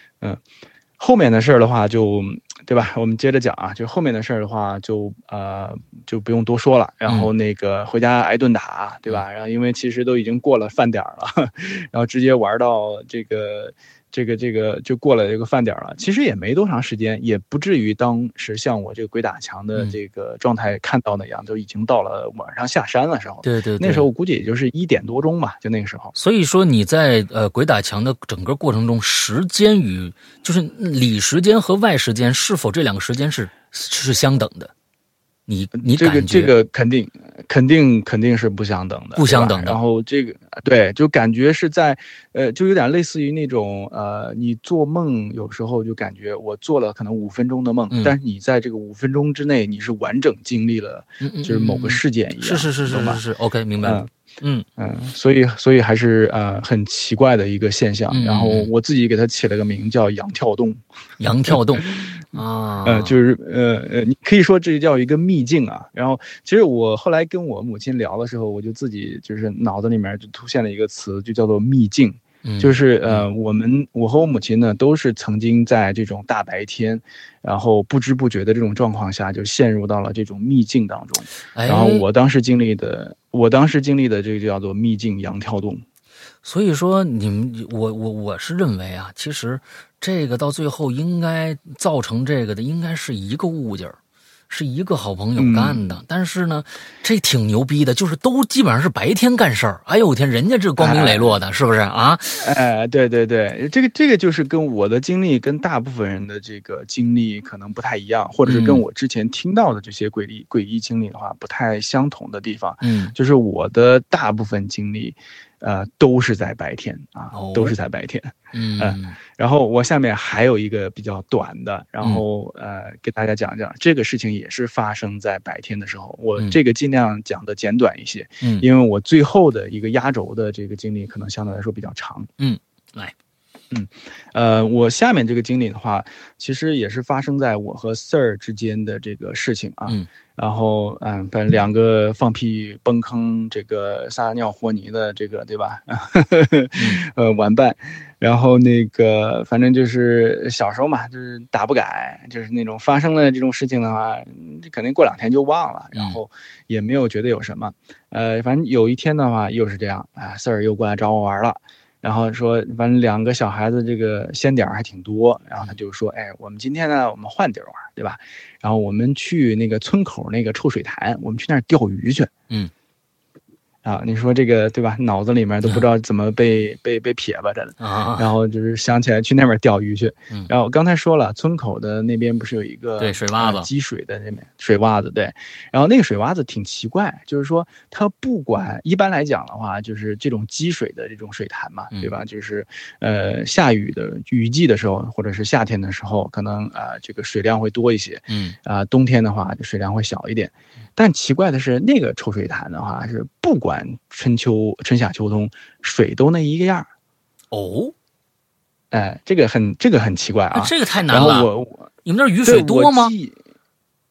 后面的事儿的话就，对吧？我们接着讲啊，就后面的事儿的话就，呃就不用多说了。然
嗯
后那个回家挨顿打， 对吧？然后因为其实都已经过了饭点儿了，然后直接玩到这个这个这个就过了这个饭点儿了。其实也没多长时间，也不至于当时像我这个鬼打墙的
嗯
这个状态看到那样，就已经到了晚上下山的时候。
对对对，
那时候我估计也就是一点多钟吧，就那个时候。
所以说你在呃鬼打墙的整个过程中，时间与就是里时间和外时间是否这两个时间是是相等的？你你
呃这个
感觉
这个肯定肯定肯定是不相等的，
不相等的
对吧然后这个对，就感觉是在呃，就有点类似于那种呃，你做梦有时候就感觉我做了可能五分钟的梦，
嗯
但是你在这个五分钟之内，你是完整经历了
嗯嗯
就是某个
嗯
事件一样，
是是是
懂
是
吧
是是，OK，明白了。嗯
嗯，所以所以还是呃很奇怪的一个现象。
嗯
然后我自己给它起了个名叫“羊跳洞”，
羊跳洞啊，
呃，就是呃呃，你可以说这叫一个秘境啊。然后，其实我后来跟我母亲聊的时候，我就自己就是脑子里面就出现了一个词，就叫做秘境。
嗯
就是呃，我们我和我母亲呢，都是曾经在这种大白天，然后不知不觉的这种状况下，就陷入到了这种秘境当中。
哎
然后我当时经历的，我当时经历的这个就叫做秘境羊跳洞。
所以说，你们我我我是认为啊，其实这个到最后应该造成这个的，应该是一个物件儿是一个好朋友干
嗯
的。但是呢，这挺牛逼的，就是都基本上是白天干事儿。哎呦我天，人家这光明磊落的，是不是啊？
哎，对对对，这个这个就是跟我的经历跟大部分人的这个经历可能不太一样，或者是跟
嗯
我之前听到的这些诡异诡异经历的话不太相同的地方，
嗯，
就是我的大部分经历，呃，都是在白天啊
哦，
都是在白天。
嗯，
然后我下面还有一个比较短的，然后呃，给大家讲讲这个事情也是发生在白天的时候，我
嗯
这个尽量讲的简短一些，
嗯
因为我最后的一个压轴的这个经历可能相对来说比较长。
嗯，来，
嗯，呃，我下面这个经历的话，其实也是发生在我和 Sir 之间的这个事情啊。
嗯
然后，嗯，反正两个放屁、崩坑、这个撒尿和泥的，这个对吧？ 呃，玩伴。然后那个，反正就是小时候嘛，就是打不改，就是那种发生了这种事情的话，嗯肯定过两天就忘了，然后也没有觉得有什么。呃，反正有一天的话，又是这样啊，Sir 又过来找我玩了。然后说，反正两个小孩子这个先点儿还挺多，然后他就说，哎，我们今天呢，我们换地儿玩，对吧？然后我们去那个村口那个臭水潭，我们去那儿钓鱼去。
嗯，
啊，你说这个对吧？脑子里面都不知道怎么被、被被撇巴着的。
啊，
然后就是想起来去那边钓鱼去
嗯。
然后我刚才说了，村口的那边不是有一个
对水洼子
呃积水的那边水洼子对。然后那个水洼子挺奇怪，就是说它不管一般来讲的话，就是这种积水的这种水潭嘛，
嗯
对吧？就是呃下雨的雨季的时候，或者是夏天的时候，可能啊、呃这个水量会多一些。
嗯
啊、冬天的话就水量会小一点。但奇怪的是，那个臭水潭的话是不管春秋、春夏秋冬，水都那一个样儿。啊
哦，
哎、这个很这个很奇怪啊。
这个太难
然后
了。
我我
你们那儿雨
对
水多吗
我？记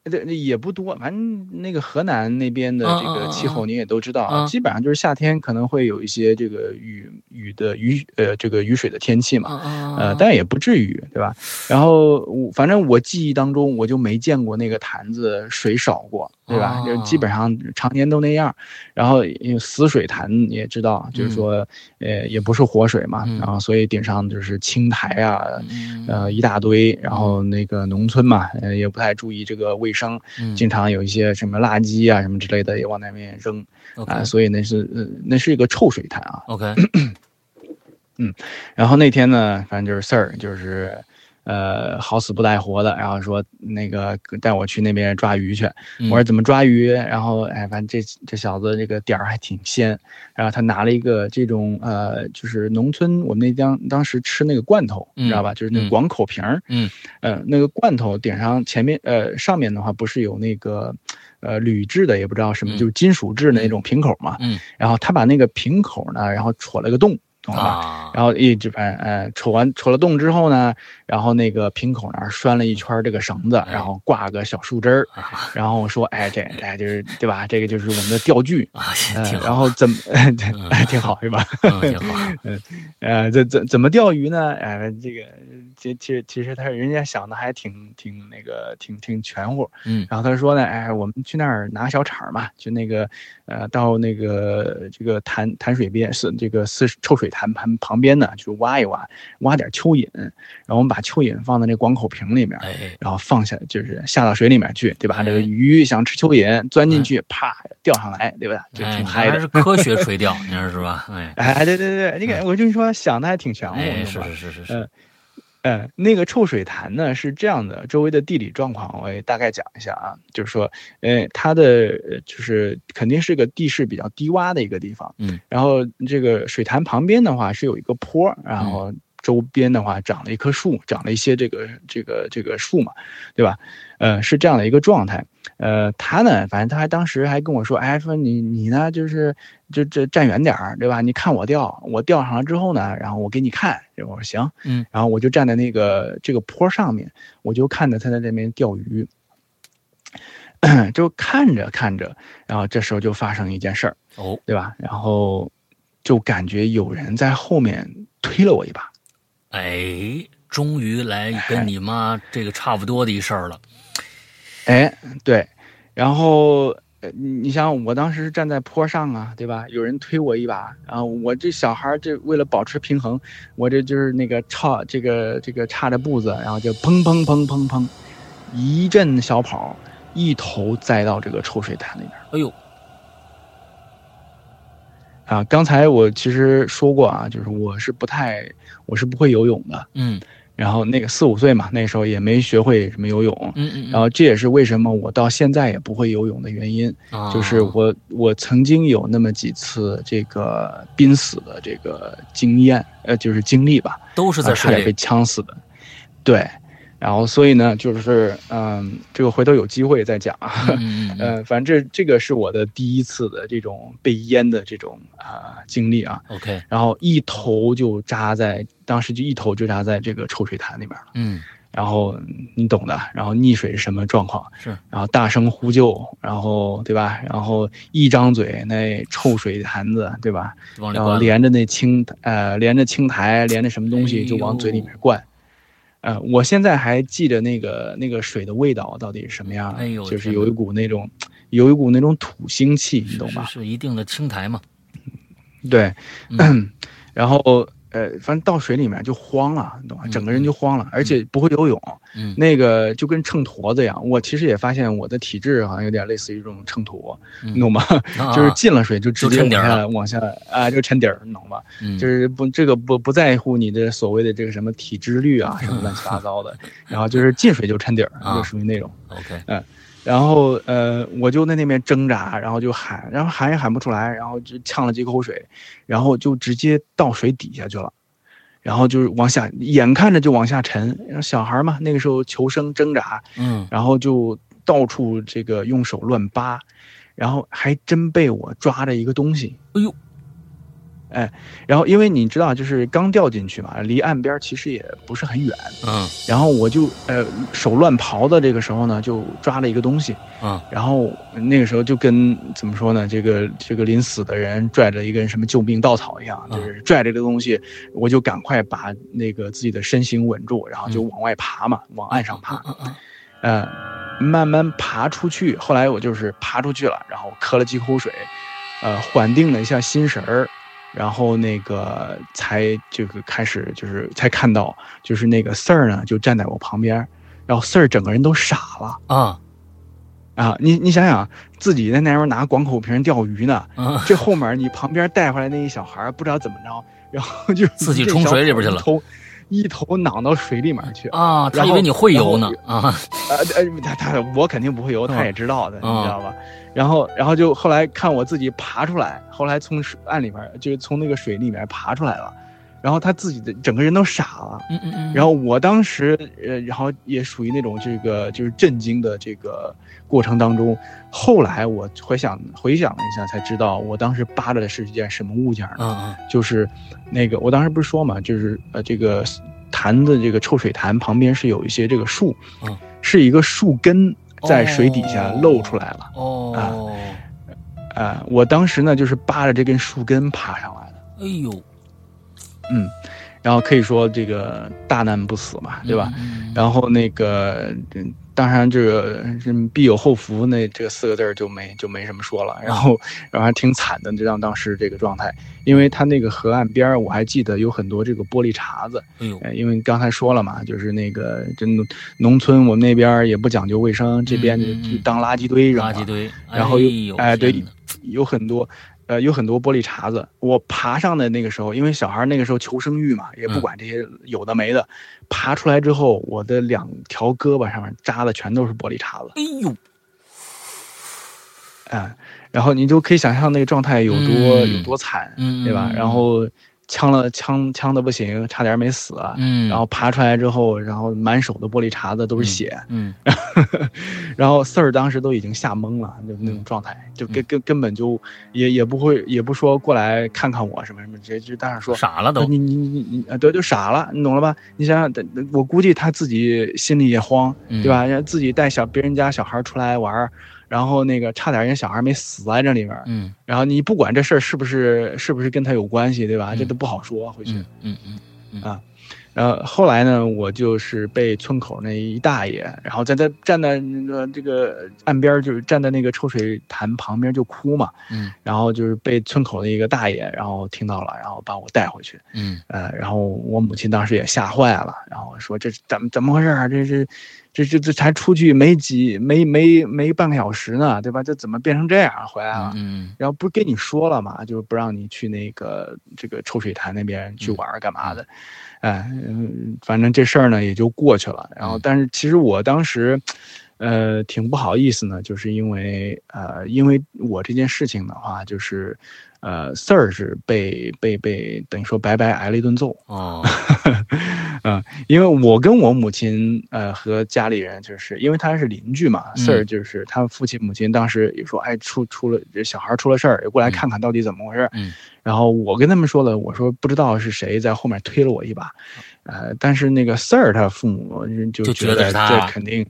对，也不多，反正那个河南那边的这
嗯嗯
个
嗯
气
嗯
候你也都知道啊
嗯
基本上就是夏天可能会有一些这个雨雨的雨呃这个雨水的天气嘛。
啊啊，
呃，但也不至于，对吧？然后我反正我记忆当中，我就没见过那个坛子水少过，对吧？
啊
就基本上常年都那样。然后因为死水坛你也知道，就是说，呃，也不是活水嘛，
嗯
然后所以顶上就是青苔啊，
嗯
呃，一大堆。然后那个农村嘛，呃，也不太注意这个卫生，
嗯
经常有一些什么垃圾啊什么之类的也往那边扔
，OK
啊、所以那是、呃、那是一个臭水潭啊。
嗯 OK，
然后那天呢，反正就是事儿，就是，呃，好死不带活的，然后说那个带我去那边抓鱼去。
嗯
我说怎么抓鱼？然后哎，反正这这小子这个点儿还挺鲜。然后他拿了一个这种呃，就是农村我们那当当时吃那个罐头，
嗯
你知道吧？就是那
嗯
个广口瓶儿。
嗯。
呃，那个罐头顶上前面呃上面的话不是有那个呃铝制的，也不知道什么，
嗯
就是金属制的那种瓶口嘛。
嗯。
然后他把那个瓶口呢，然后戳了个洞，懂了吧？
啊，
然后一直反正呃戳完戳了洞之后呢，然后那个瓶口那儿拴了一圈这个绳子，
哎啊
然后挂个小树枝儿，然后说哎这哎就是对吧？这个就是我们的钓具，
啊，
呃
挺，
然
好，
后怎么 对挺好是吧？
嗯，挺好，
呃，这怎怎么钓鱼呢？哎，这个其其实其实他人家想的还挺挺那个挺挺全乎。
嗯
然后他说呢，哎，我们去那儿拿小铲儿嘛，就那个呃，到那个这个潭潭水边是这个四臭水水潭旁旁边呢去挖一挖，挖点蚯蚓，然后我们把蚯蚓放在那广口瓶里面，
哎，
然后放下就是下到水里面去，对吧？
哎
这个鱼想吃蚯蚓，钻进去，啪钓上来，对吧？就
哎，
挺
你
嗨
还
的。
是科学垂钓，你说是 吧？哎，
哎，对对对，那个我就说想的还挺玄乎，
哎，
是
是
吧？
是是是是，
嗯呃，那个臭水潭呢是这样的，周围的地理状况我也大概讲一下啊，就是说，呃，它的呃就是肯定是个地势比较低洼的一个地方，
嗯，
然后这个水潭旁边的话是有一个坡，然后周边的话长了一棵树，长了一些这个这个这个树嘛，对吧？呃，是这样的一个状态。呃，他呢，反正他还当时还跟我说，哎，说你你呢，就是就这站远点儿，对吧？你看我钓，我钓上了之后呢，然后我给你看。我说行，
嗯，
然后我就站在那个这个坡上面，我就看着他在那边钓鱼， 就看着看着，然后这时候就发生一件事儿，
哦，
对吧？然后就感觉有人在后面推了我一把，
哎，终于来跟你妈这个差不多的一事儿了。
哎，对，然后呃你你想，我当时是站在坡上啊，对吧？有人推我一把，啊，我这小孩儿这为了保持平衡，我这就是那个差这个这个差着步子，然后就砰砰砰砰砰，一阵小跑，一头栽到这个臭水潭里面。
哎呦，
啊，刚才我其实说过啊，就是我是不太，我是不会游泳的。
嗯
然后那个四五岁嘛，那时候也没学会什么游泳。
嗯嗯，
然后这也是为什么我到现在也不会游泳的原因，
后
就是我我曾经有那么几次这个濒死的这个经验，呃，就是经历吧，
都是在
啊差点
水
被
里，
呛死的。对，然后所以呢，就是嗯，这个回头有机会再讲啊。
嗯嗯嗯
呃，反正这这个是我的第一次的这种被淹的这种啊、经历啊，
，OK，
然后一头就扎在，当时就一头就扎在这个臭水潭里面了。
嗯
然后嗯你懂的，然后溺水是什么状况，
是，
然后大声呼救，然后对吧？然后一张嘴那臭水坛子，对吧？
往里
然后
灌了，
连着那青呃连着青苔，连着什么东
哎
西就往嘴里面灌。呃，我现在还记得那个那个水的味道到底是什么样的，
哎呦
就是
天哪
有一股那种有一股那种土腥气，你
是
懂
是
吧？
是一定的青苔嘛，
对，
嗯
然后呃，反正到水里面就慌了，你懂吧？
嗯
整个人就慌了，而且不会游泳，
嗯
那个就跟秤砣子一样。我其实也发现我的体质好像有点类似于这种秤砣，
嗯
你懂吗？
啊
就是进了水就直
就
接
沉
往
底儿
下
了
往下啊，就沉底儿，你懂吧？
嗯
就是不这个不不在乎你的所谓的这个什么体脂率啊，什么乱七八糟的，然后就是进水就沉底儿，
啊
就属于那种。
OK，
然后呃，我就在那边挣扎，然后就喊，然后喊也喊不出来，然后就呛了几口水，然后就直接到水底下去了，然后就是往下，眼看着就往下沉。然后小孩嘛，那个时候求生挣扎，
嗯
然后就到处这个用手乱扒，然后还真被我抓着一个东西。
哎呦，
哎，然后因为你知道，就是刚掉进去嘛，离岸边其实也不是很远。
嗯
然后我就呃手乱刨的这个时候呢，就抓了一个东西。
嗯
然后那个时候就跟怎么说呢，这个这个临死的人拽着一根什么救命稻草一样，
嗯
就是拽着这个东西，我就赶快把那个自己的身形稳住，然后就往外爬嘛，往岸上爬，
嗯嗯
呃，慢慢爬出去。后来我就是爬出去了，然后咳了几口水，呃，缓定了一下心神儿。然后那个才这个开始，就是才看到，就是那个 Sir 呢就站在我旁边儿，然后 Sir 整个人都傻了，
嗯啊
啊，你你想想，自己在那边拿广口瓶钓鱼呢，
啊
这后面你旁边带回来那一小孩儿不知道怎么着，然后就
自己冲水里边去了
一头一头攮到水里面去啊！
啊，他以为你会游呢啊，
呃，他他我肯定不会游，他也知道的，
嗯
你知道吧？然后然后就后来看我自己爬出来，后来从水岸里面就是从那个水里面爬出来了，然后他自己的整个人都傻了，
嗯嗯嗯，
然后我当时，呃，然后也属于那种这个就是震惊的这个过程当中。后来我回想回想了一下，才知道我当时扒着的是一件什么物件呢？
嗯嗯
就是那个我当时不是说嘛，就是呃这个潭子这个臭水潭旁边是有一些这个树
嗯，
是一个树根在水底下
哦
露出来了。
哦，
啊，我当时呢就是扒着这根树根爬上来的，
哎呦，
然后可以说这个大难不死嘛，对吧？
嗯？嗯嗯
然后那个嗯当然这个嗯必有后福那这四个字儿就没就没什么说了。然后然后还挺惨的，这让当时这个状态，因为它那个河岸边儿，我还记得有很多这个玻璃碴子，
哎呦，
呃，因为刚才说了嘛，就是那个真的农村，我们那边儿也不讲究卫生，这边就
嗯嗯
就当垃圾堆扔
垃
了，
圾堆，
啊然后
又
又哎对
天哪
有很多。呃，有很多玻璃碴子。我爬上的那个时候，因为小孩儿那个时候求生欲嘛，也不
嗯
管这些有的没的。爬出来之后，我的两条胳膊上面扎的全都是玻璃碴子，
哎呦，
哎、然后你就可以想象那个状态有多、
嗯
有多惨，
嗯，
对吧？然，后呛了呛呛的不行，差点没死。啊
嗯，
然后，爬出来之后，然后满手的玻璃碴子都是血，
嗯，
然后四儿当时都已经吓懵了，就
嗯
那种状态，就根根根本就也也不会也不说过来看看我什么什么，直接就当时说
傻了都，
你你你你啊，对，就傻了，你懂了吧？你想想，我估计他自己心里也慌，
嗯
对？吧？人家自己带小别人家小孩出来玩儿，然后那个差点人家小孩没死在这里面儿，
嗯
然后你不管这事儿是不是是不是跟他有关系，对吧？
嗯
这都不好说回去。
嗯嗯嗯
然后后来呢，我就是被村口那一大爷，然后在在站在那个呃这个岸边儿，就是站在那个臭水潭旁边就哭嘛，
嗯
然后就是被村口的一个大爷，然后听到了，然后把我带回去，
嗯
呃，然后我母亲当时也吓坏了，然后说这怎么怎么回事啊？这是这这这才出去没几没没没半个小时呢，对吧？这怎么变成这样啊回来了？
嗯
然后不是跟你说了嘛，就是不让你去那个这个臭水潭那
嗯
边去玩儿干嘛的，哎，嗯反正这事儿呢也就过去了。然后，
嗯
但是其实我当时，呃，挺不好意思呢，就是因为呃，因为我这件事情的话，就是呃，Sir 是被被被等于说白白挨了一顿揍，
哦，
啊 嗯，因为我跟我母亲呃和家里人，就是因为他是邻居嘛、
嗯
s i r 就是他父亲母亲当时也说，哎，出出了这小孩出了事儿，也过来
嗯
看看到底怎么回事。
嗯，
然后我跟他们说了，我说不知道是谁在后面推了我一
哦
把，呃，但是那个 Sir 他父母就
就
就
觉得是
这
他
肯定。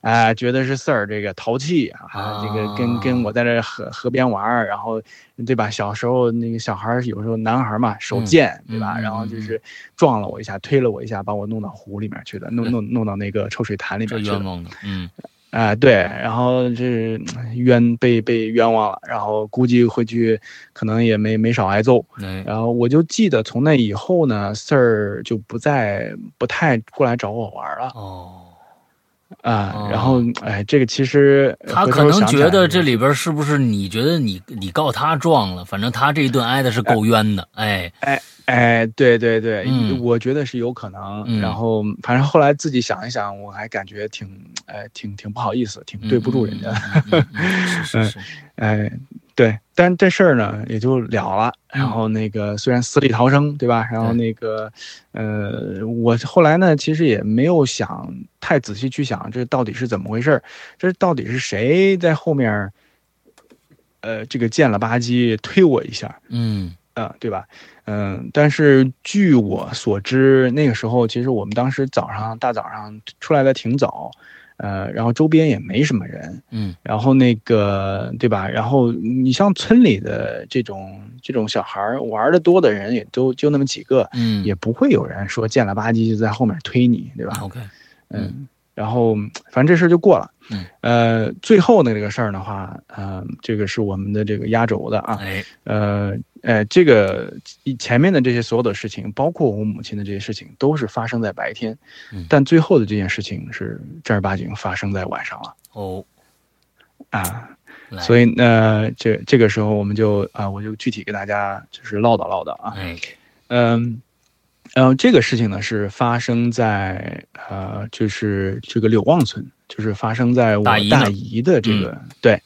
哎、觉得是 Sir 这个淘气啊，
啊
这个跟跟我在这河河边玩儿，然后对吧？小时候那个小孩儿有时候男孩儿嘛，手
嗯
贱、对吧？
嗯
然后就
嗯
是撞了我一下，推了我一下，把我弄到湖里面去的，弄弄弄到那个臭水潭里
嗯这
面去
冤
了。
枉的，嗯
啊、对，然后这嗯冤被被冤枉了，然后估计回去可能也没没少挨揍。
哎
然后我就记得从那以后呢，Sir 就不再不太过来找我玩儿了
哦，
啊、
哦
然后哎，这个其实
他
回
可
头
能
想起
觉
来
得
也
这里边是不是你觉得你你告他状了，反正他这一顿挨的是够冤的，哎，
哎，对对对，
嗯
我觉得是有可能。
嗯
然后，反正后来自己想一想，我还感觉挺，哎，挺挺不好意思，挺对不住人家。
嗯，嗯嗯嗯是是是，
哎，对，但是这事儿呢也就了了。然
嗯
后那个虽然死里逃生，对吧？然后
对
那个，呃，我后来呢其实也没有想太仔细去想这到底是怎么回事儿，这到底是谁在后面儿，呃，这个贱了吧唧推我一下。
嗯
啊，对吧？嗯，但是据我所知，那个时候其实我们当时早上大早上出来的挺早，呃，然后周边也没什么人，
嗯
然后那个对吧？然后你像村里的这种这种小孩儿玩的多的人也都就那么几个，
嗯，
也不会有人说见了吧唧就在后面推你，对吧？
OK，
嗯，然后嗯反正这事儿就过了。
嗯，
呃，最后呢这个事儿的话，呃，这个是我们的这个压轴的啊，
哎，
呃呃，这个以前面的这些所有的事情，包括我母亲的这些事情，都是发生在白天，
嗯
但最后的这件事情是正儿八经发生在晚上了
哦，
啊。
来，
所
以，
以呢，呃这这个时候我们就啊、我就具体给大家就是唠叨唠叨啊，
哎，
嗯。然后这个事情呢，是发生在呃，就是这个柳旺村，就是发生在我
大姨那
大姨的这个、对，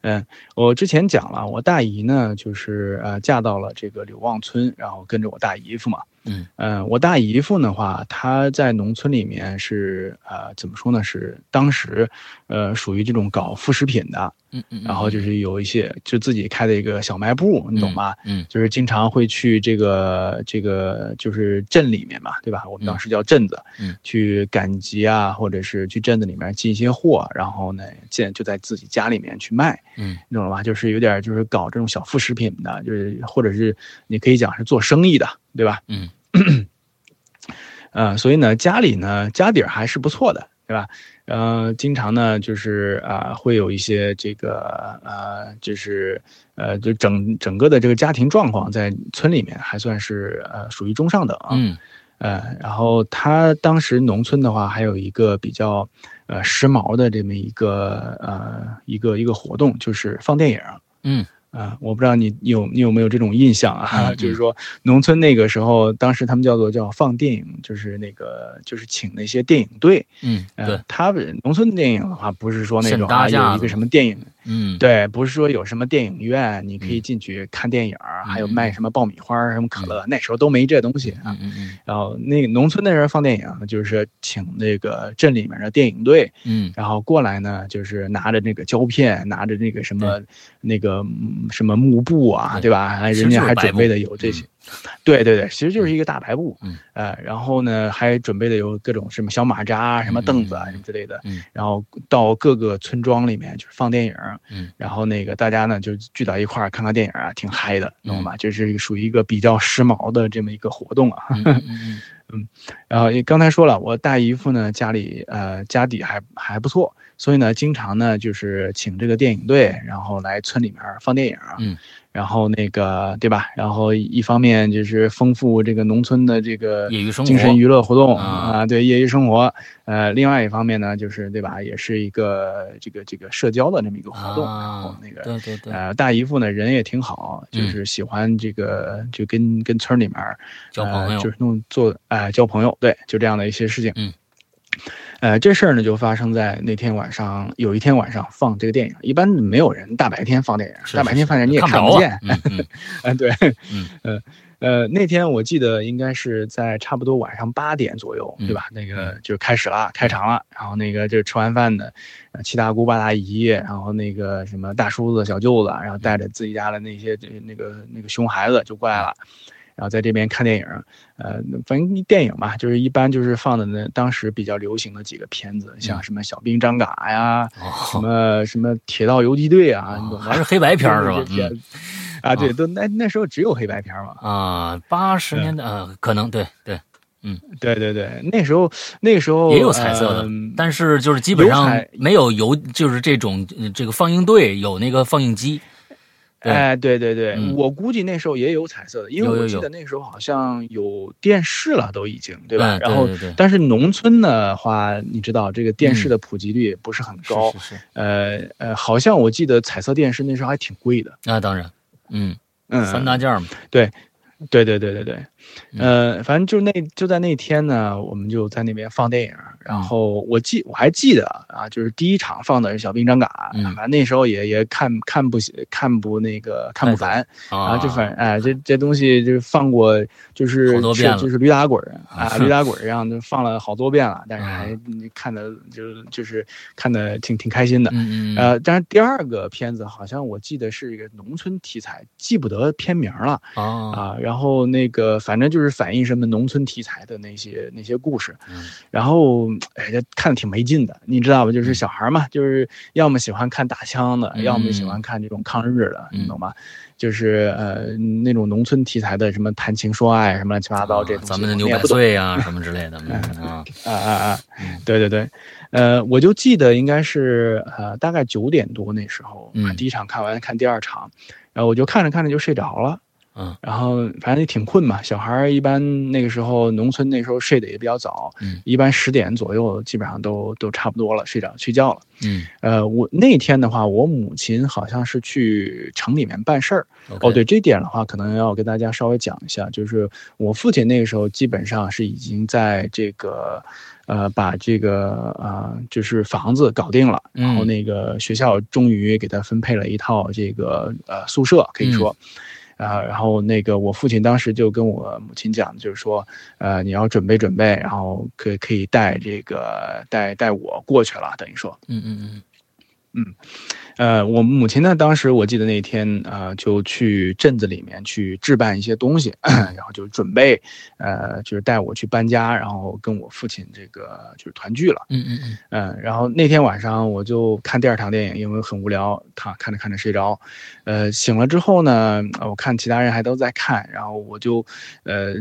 嗯，我之前讲了，我大姨呢，就是呃，嫁到了这个柳旺村，然后跟着我大姨夫嘛，
嗯
呃，我大姨夫的话，他在农村里面是呃，怎么说呢，是当时呃，属于这种搞副食品的，
嗯嗯，
然后就是有一些就自己开的一个小卖部，你懂吧？
嗯
就是经常会去这个这个就是镇里面嘛，对吧？我们当时叫镇子，
嗯
去赶集啊，或者是去镇子里面进一些货，然后呢，建就在自己家里面去卖，
嗯
你懂了吧？就是有点就是搞这种小副食品的，就是或者是你可以讲是做生意的，对吧？
嗯
呃，所以呢，家里呢家底儿还是不错的，对吧？呃，经常呢，就是啊、呃会有一些这个呃，就是呃，就整整个的这个家庭状况在村里面还算是呃属于中上等啊。
嗯
呃，然后他当时农村的话，还有一个比较呃时髦的这么一个呃一个一个活动，就是放电影儿。
嗯
啊、我不知道你有你有没有这种印象啊？
嗯嗯
就是说，农村那个时候，当时他们叫做叫放电影，就是那个就是请那些电影队。
嗯，
呃
对，，
他们农村电影的话，不是说那
省
种
大
啊
架
有一
子
个什么电影，
嗯
对，不是说有什么电影院，你可以
嗯
进去看电影儿，还有
嗯嗯
卖什么爆米花儿、什么可乐，那时候都没这东西啊
嗯。嗯
然后那个农村那人放电影，啊就是请那个镇里面的电影队，
嗯
然后过来呢，就是拿着那个胶片，拿着那个什么那个嗯什么幕布啊，
对
对吧？哎
其实
人家
就是
还
白
准
布
备的有这些，对对对，其实就是一个大白布，
嗯，
呃，然后呢还准备的有各种什么小马扎啊、什么凳子啊、
嗯嗯嗯
什么之类的，
嗯，
然后到各个村庄里面就是放电影，
嗯，
然后那个大家呢就聚到一块儿看看电影啊，挺嗨的，
嗯
懂吗？这是属于一个比较时髦的这么一个活动啊，
嗯嗯嗯
然后也呃刚才说了，我大姨夫呢家里呃家底还还不错，所以呢经常呢就是请这个电影队，然后来村里面放电影啊，
嗯
然后那个对吧？然后一方面就是丰富这个农村的这个
嗯，业余生活，
精神娱乐活动
啊
啊、对业余生活，呃，另外一方面呢就是对吧，也是一个这个这个社交的这么一个活动，然后
啊，
那个
对对嗯对，
呃，大姨夫呢人也挺好，就是喜欢这个，就跟跟村里面儿
交朋友
呃、就是弄做呃交朋友，对，就这样的一些事情。
嗯，
呃，这事儿呢就发生在那天晚上，有一天晚上放这个电影，一般没有人大白天放电影，
是
大
是
白天
是
放电影你也
看
看
不着
见
啊，，嗯嗯
呃，对，
嗯，
呃呃，那天我记得应该是在差不多晚上八点左
嗯
右，对吧？那个就开始了，开场了，然后那个就吃完饭的，呃七大姑八大姨，然后那个什么大叔子、小舅子，然后带着自己家的那些这那个那个熊孩子就过来了。然后在这边看电影，呃，反正电影嘛，就是一般就是放的那当时比较流行的几个片子，像什么《小兵张嘎》呀， 什
嗯哦，
么什么《铁道游击队》啊，你懂吗
还？是黑白片儿 是吧？
这些
嗯
啊，对，都那那时候只有黑白片嘛。
啊，八十年代
嗯
呃，可能对对，
对对对，那时候那个时候
也有彩色的
嗯
但是就是基本
有
上
彩
没有邮，就是这种呃这个放映队有那个放映机，对
哎，对对对，
嗯
我估计那时候也有彩色的，因为
有有
我记
有
得那时候好像有电视了，都已经对吧？
嗯
然后，
对对对
但是农村的话，你知道这个电视的普及率不是很高，
是是是，
呃呃，好像我记得彩色电视那时候还挺贵的，
那当然，嗯，
嗯，
三大件儿嘛，
对对对对对，
嗯
呃，反正就那就在那天呢，我们就在那边放电影，然后我记我还记得啊，就是第一场放的是《小兵张嘎》，
嗯
反正那时候也也看看不看不那个看不烦，然
啊，
后就反哎这这东西就是放过就是
好多
是
遍了，
就是驴打滚儿啊 驴打滚儿一样就放了好多遍了，但是
啊
还看的就就是看的挺挺开心的。
嗯嗯，嗯
呃，但是第二个片子好像我记得是一个农村题材，记不得片名了。
啊，
啊，然后那个反正就是反映什么农村题材的那些那些故事，
嗯
然后哎，这看的挺没劲的，你知道吧？
嗯
就是小孩儿嘛，就是要么喜欢看打枪的，要么喜欢看这种抗日的，
嗯
你懂吗？就是呃那种农村题材的什么谈情说爱什么乱七八糟这
啊
东西
咱们的
我
牛
也
百
不懂
岁啊什么之 类的，嗯啊，
啊啊啊
嗯！
对对对，呃，我就记得应该是呃大概九点多那时候，
嗯
啊第一场看完看第二场，然后我就看着看着就睡着了。
嗯，
然后反正也挺困嘛，小孩儿一般那个时候农村那时候睡得也比较早，
嗯
一般十点左右基本上都都差不多了，睡着睡觉了。
嗯，
呃，我那天的话，我母亲好像是去城里面办事儿，哦，
嗯 OK，
对这一点的话，可能要跟大家稍微讲一下，就是我父亲那个时候基本上是已经在这个，呃，把这个呃，就是房子搞定了，
嗯
然后那个学校终于给他分配了一套这个呃宿舍，可以说。
嗯
啊，然后那个我父亲当时就跟我母亲讲，就是说，呃，你要准备准备，然后可可以带这个带带我过去了，等于说，
嗯嗯嗯
嗯，呃，我母亲呢，当时我记得那天呃，就去镇子里面去置办一些东西， 然后就准备呃，就是带我去搬家，然后跟我父亲这个就是团聚了。
嗯嗯嗯，
嗯，然后那天晚上我就看第二场电影，因为很无聊，躺看着看着睡着，呃，醒了之后呢，呃我看其他人还都在看，然后我就，呃，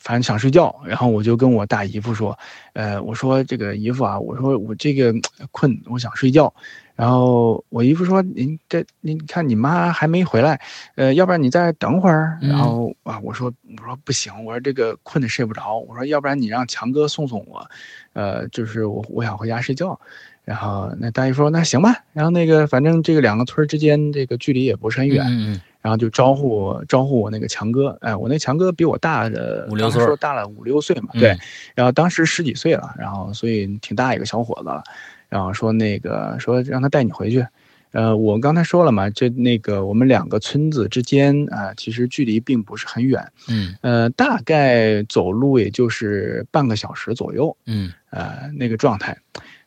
反正想睡觉，然后我就跟我大姨夫说，呃，我说这个姨夫啊，我说我这个呃困，我想睡觉。然后我姨夫说：“您这，您看你妈还没回来，呃，要不然你再等会儿。”
嗯
然后啊，我说我说不行，我说这个困得睡不着，我说要不然你让强哥送送我，呃，就是我我想回家睡觉。然后那大姨说：“那行吧。”然后那个反正这个两个村儿之间这个距离也不是很远，
嗯嗯
然后就招呼我招呼我那个强哥，哎，我那强哥比我大的
五六岁
当时说大了五六岁嘛，
嗯
对，然后当时十几岁了，然后所以挺大一个小伙子了，然后说那个说让他带你回去，呃，我刚才说了嘛，这那个我们两个村子之间啊、其实距离并不是很远，
嗯
呃，大概走路也就是半个小时左右，
嗯
呃那个状态，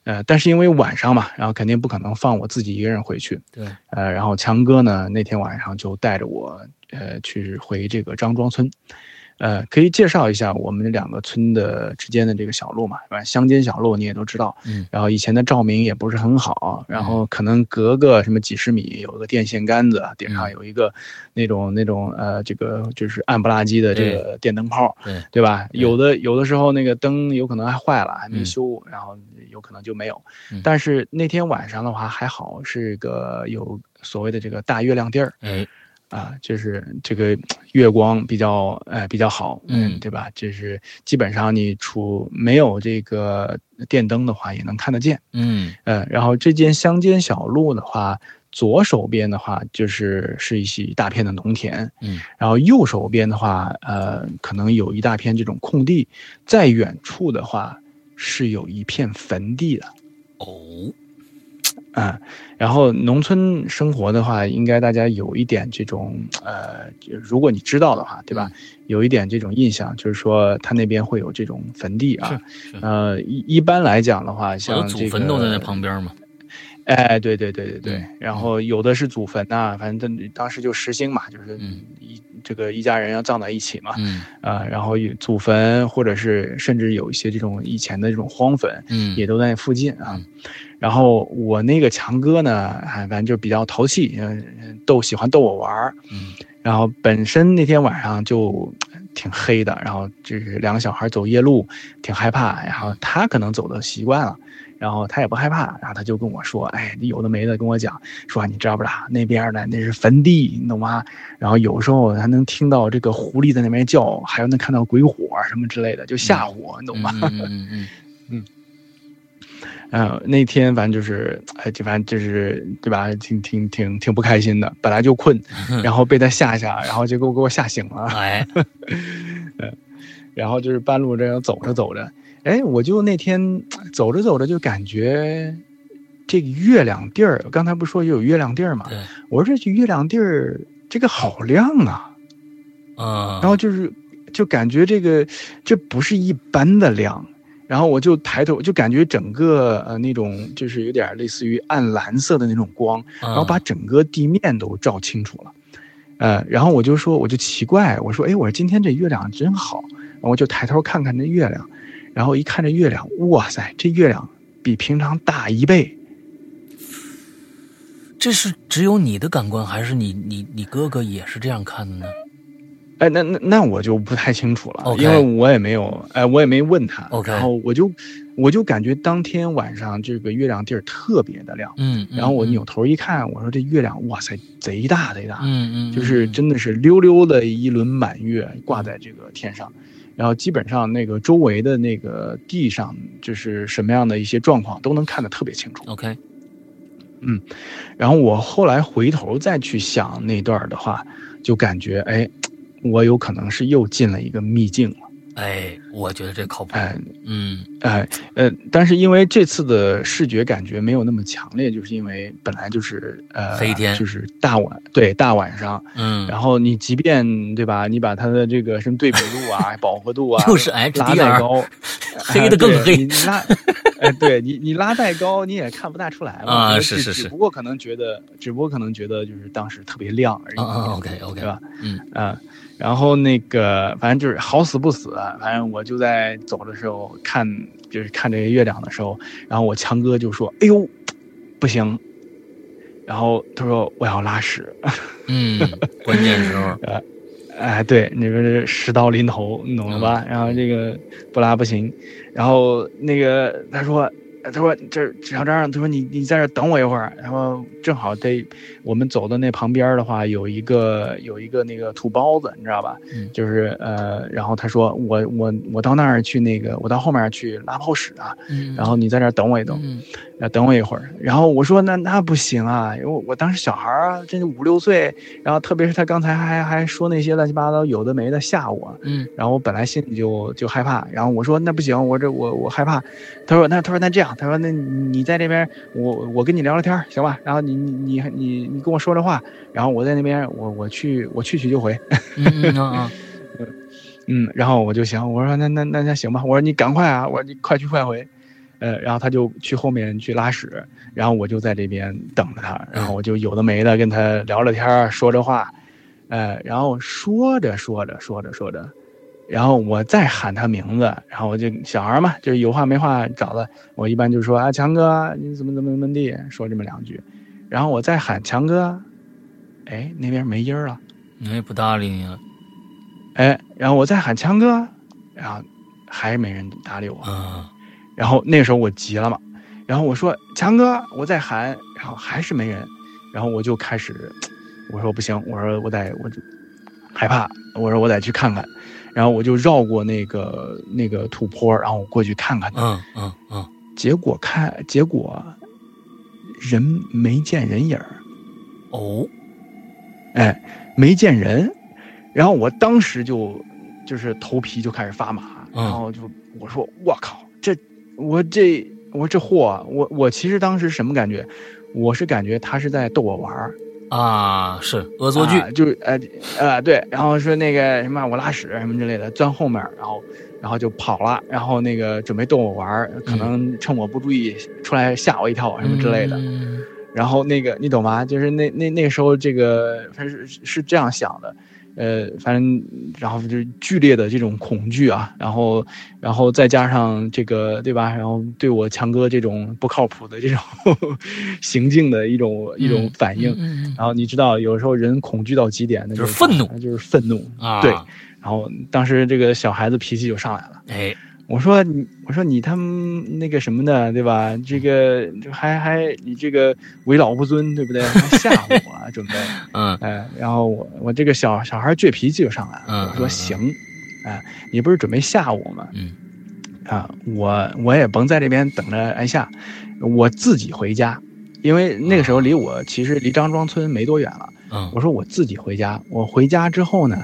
呃，但是因为晚上嘛，然后肯定不可能放我自己一个人回去，
对，
呃，然后强哥呢那天晚上就带着我呃去回这个张庄村，呃，可以介绍一下我们两个村的之间的这个小路嘛，反正乡间小路你也都知道，
嗯
然后以前的照明也不是很好，然后可能隔个什么几十米有个电线杆子，啊顶上有一个那种那种呃这个就是暗不拉几的这个电灯泡，
对
对吧？
对
有的有的时候那个灯有可能还坏了，还没
嗯
修，然后有可能就没有
嗯。
但是那天晚上的话还好，是个有所谓的这个大月亮地儿
哎，
啊，就是这个月光比较呃比较好，
嗯
对吧？就是基本上你处没有这个电灯的话也能看得见。
嗯
呃，然后这间乡间小路的话，左手边的话就是是一些一大片的农田，
嗯，
然后右手边的话，呃，可能有一大片这种空地，在远处的话是有一片坟地的。
哦，
啊、然后农村生活的话，应该大家有一点这种呃，就如果你知道的话，对吧？
嗯
有一点这种印象，就是说他那边会有这种坟地啊。
是是
呃，一一般来讲的话，
我的
像
祖
这
坟都在
个
那旁边嘛。
哎，对对对对对，
嗯
然后有的是祖坟呐、反正当当时就实兴嘛，就是
嗯
一、这个一家人要葬在一起嘛，
嗯
啊、然后有祖坟或者是甚至有一些这种以前的这种荒坟，
嗯，
也都在那附近啊
嗯。
然后我那个强哥呢，哎，反正就比较淘气，呃逗喜欢逗我玩儿，
嗯
然后本身那天晚上就呃挺黑的，然后就是两个小孩走夜路，挺害怕。然后他可能走的习惯了，然后他也不害怕，然后他就跟我说：“哎，有的没的跟我讲，说啊你知道不知道那边呢那是坟地，你懂吗？然后有时候还能听到这个狐狸在那边叫，还有能看到鬼火什么之类的，就吓唬我，你懂吗？”
嗯嗯 嗯
呃，那天反正就是，哎，就反正就是，对吧？挺挺挺挺不开心的，本来就困，
嗯，
然后被他吓吓，然后结果给我吓 醒了。
哎，
然后就是半路这样走着走着，哎，我就那天走着走着就感觉这个月亮地儿，刚才不说也有月亮地儿嘛？
对，
我说这月亮地儿这个好亮啊，
嗯，
然后就是就感觉这个这不是一般的亮。然后我就抬头，就感觉整个呃那种就是有点类似于暗蓝色的那种光，然
然
后把整个地面都照清楚了。呃，然后我就说，我就奇怪，我说，哎，我说今天这月亮真好，然后我就抬头看看这月亮，然后一看这月亮，哇塞，这月亮比平常大一倍。
这是只有你的感官，还是你你你哥哥也是这样看的呢？
哎，那那那我就不太清楚了
OK
因为我也没有，哎，我也没问他。
OK
然后我就我就感觉当天晚上这个月亮地儿特别的亮，
嗯，嗯
然后我扭，头一看，我说这月亮，哇塞，贼大贼大。
嗯嗯，嗯
就是，真的是溜溜的一轮满月挂在这个天上，然后基本上那个周围的那个地上，就是什么样的一些状况都能看得特别清楚
嗯。OK，
然后我后来回头再去想那段儿的话，就感觉哎，我有可能是又进了一个秘境了。
哎，我觉得这靠谱。
哎
嗯
哎呃，但是因为这次的视觉感觉没有那么强烈，就是因为本来就是呃
黑天
就是大晚对大晚上，
嗯，
然后你即便对吧，你把它的这个什么对比 度啊、饱和度啊，
又是
拉再
HDR
高，
黑得更
哎
黑
对你拉，哎，对你你拉再高，你也看不大出来了
啊
就是只
是是
只不过可能觉得，只不过可能觉得就是当时特别亮而已
啊啊，OK OK，
对吧？
嗯
啊、然后那个反正就是好死不死，啊反正我就在走的时候看，就是看这个月亮的时候，然后我强哥就说：“哎呦，不行。”然后他说：“我要拉屎。”
嗯，关键时 候，
哎，对，你说这十刀临头，你懂了吧？
嗯
然后这个不拉不行，然后那个他说，他说这小张，他说你你在这儿等我一会儿，然后正好在我们走的那旁边儿的话，有一个有一个那个土包子，你知道吧？
嗯
就是呃，然后他说我我我到那儿去那个，我到后面儿去拉泡屎啊，
嗯，
然后你在这儿等我一等，
嗯
啊，等我一会儿。然后我说那那不行啊，因为我我当时小孩儿啊，真是五六岁，然后特别是他刚才还还说那些乱七八糟有的没的吓我，
嗯
然后我本来心里就就害怕，然后我说那不行，我这我我害怕。他说那他说那这样，他说那你在这边，我我跟你聊聊天儿行吧？然后你你你你你跟我说这话，然后我在那边我我去我去去就回，
嗯嗯啊啊，
嗯，然后我就想，我说那那那那行吧，我说你赶快啊，我说你快去快回，呃，然后他就去后面去拉屎，然后我就在这边等着他，然后我就有的没的跟他聊聊天儿，说着话，呃，然后说着说着说着说着，然后我再喊他名字，然后我就小孩儿嘛，就是有话没话找他，我一般就说啊强哥你怎么怎么怎么地，说这么两句，然后我再喊强哥，啊哎那边没音儿了。
你也不搭理你了，
哎，然后我再喊强哥，然后还是没人搭理我。
啊，
然后那时候我急了嘛，然后我说强哥，我再喊，然后还是没人，然后我就开始，我说不行，我说我得我就害怕，我说我得去看看，然后我就绕过那个那个土坡，然后我过去看看他，
嗯嗯嗯，
结果看结果人没见人影儿。
哦，
哎，没见人，然后我当时就就是头皮就开始发麻，
嗯
然后就我说我靠，这我这我这货，啊我我其实当时什么感觉？我是感觉他是在逗我玩儿，
啊，是恶作剧，
啊就是呃呃对，然后说那个什么我拉屎什么之类的，钻后面儿，然后然后就跑了，然后那个准备逗我玩儿，可能趁我不注意出来吓我一跳啊什么之类的，
嗯
然后那个你懂吗？就是那那那时候这个反正是是这样想的，呃，反正然后就是剧烈的这种恐惧啊，然后然后再加上这个对吧？然后对我强哥这种不靠谱的这种 行径的一种一种反应。
嗯嗯
然后你知道，有时候人恐惧到极点，那
就是愤怒，
就是愤怒。
嗯啊，
对然后当时这个小孩子脾气就上来了。
哎，
我说你，我说你他们那个什么的，对吧？这个就还还你这个为老不尊，对不对？还吓唬我啊， 准备，
嗯
哎，然后我我这个小小孩倔脾气就上来
嗯
了，我说
嗯嗯
行，哎，你不是准备吓我吗？
嗯，
啊，我我也甭在这边等着挨吓，我自己回家，因为那个时候离我其实离张庄村没多远了。
嗯
我说我自己回家，我回家之后呢，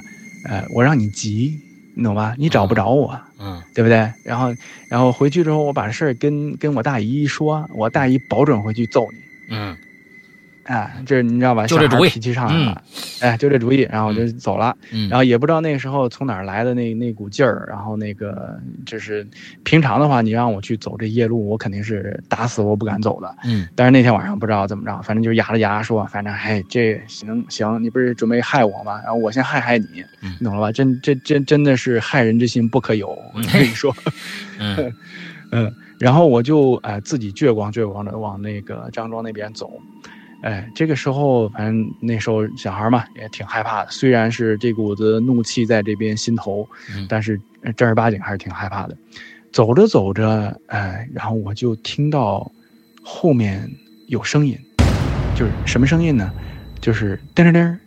呃，我让你急，你懂吧？你找不着我。
嗯
对不对？然后，然后回去之后，我把事儿跟跟我大姨一说，我大姨保准回去揍你。
嗯
哎，这是你知道吧？
就这
小孩
主意
脾气上来了，哎，就这主意。然后我就走了，
嗯，
然后也不知道那个时候从哪儿来的那那股劲儿。然后那个就是平常的话，你让我去走这夜路，我肯定是打死我不敢走的。
嗯
但是那天晚上不知道怎么着，反正就牙了牙说，反正哎，这行行，你不是准备害我吗？然后我先害害你，
嗯
你懂了吧？真真真真的是害人之心 不可有，我跟你说。
嗯
嗯，然后我就哎、自己倔光倔光的往那个张庄那边走，哎，这个时候反正那时候小孩嘛也挺害怕的，虽然是这股子怒气在这边心头，
嗯
但是呃正儿八经还是挺害怕的。走着走着，哎，然后我就听到后面有声音，就是什么声音呢？就是噔噔噔，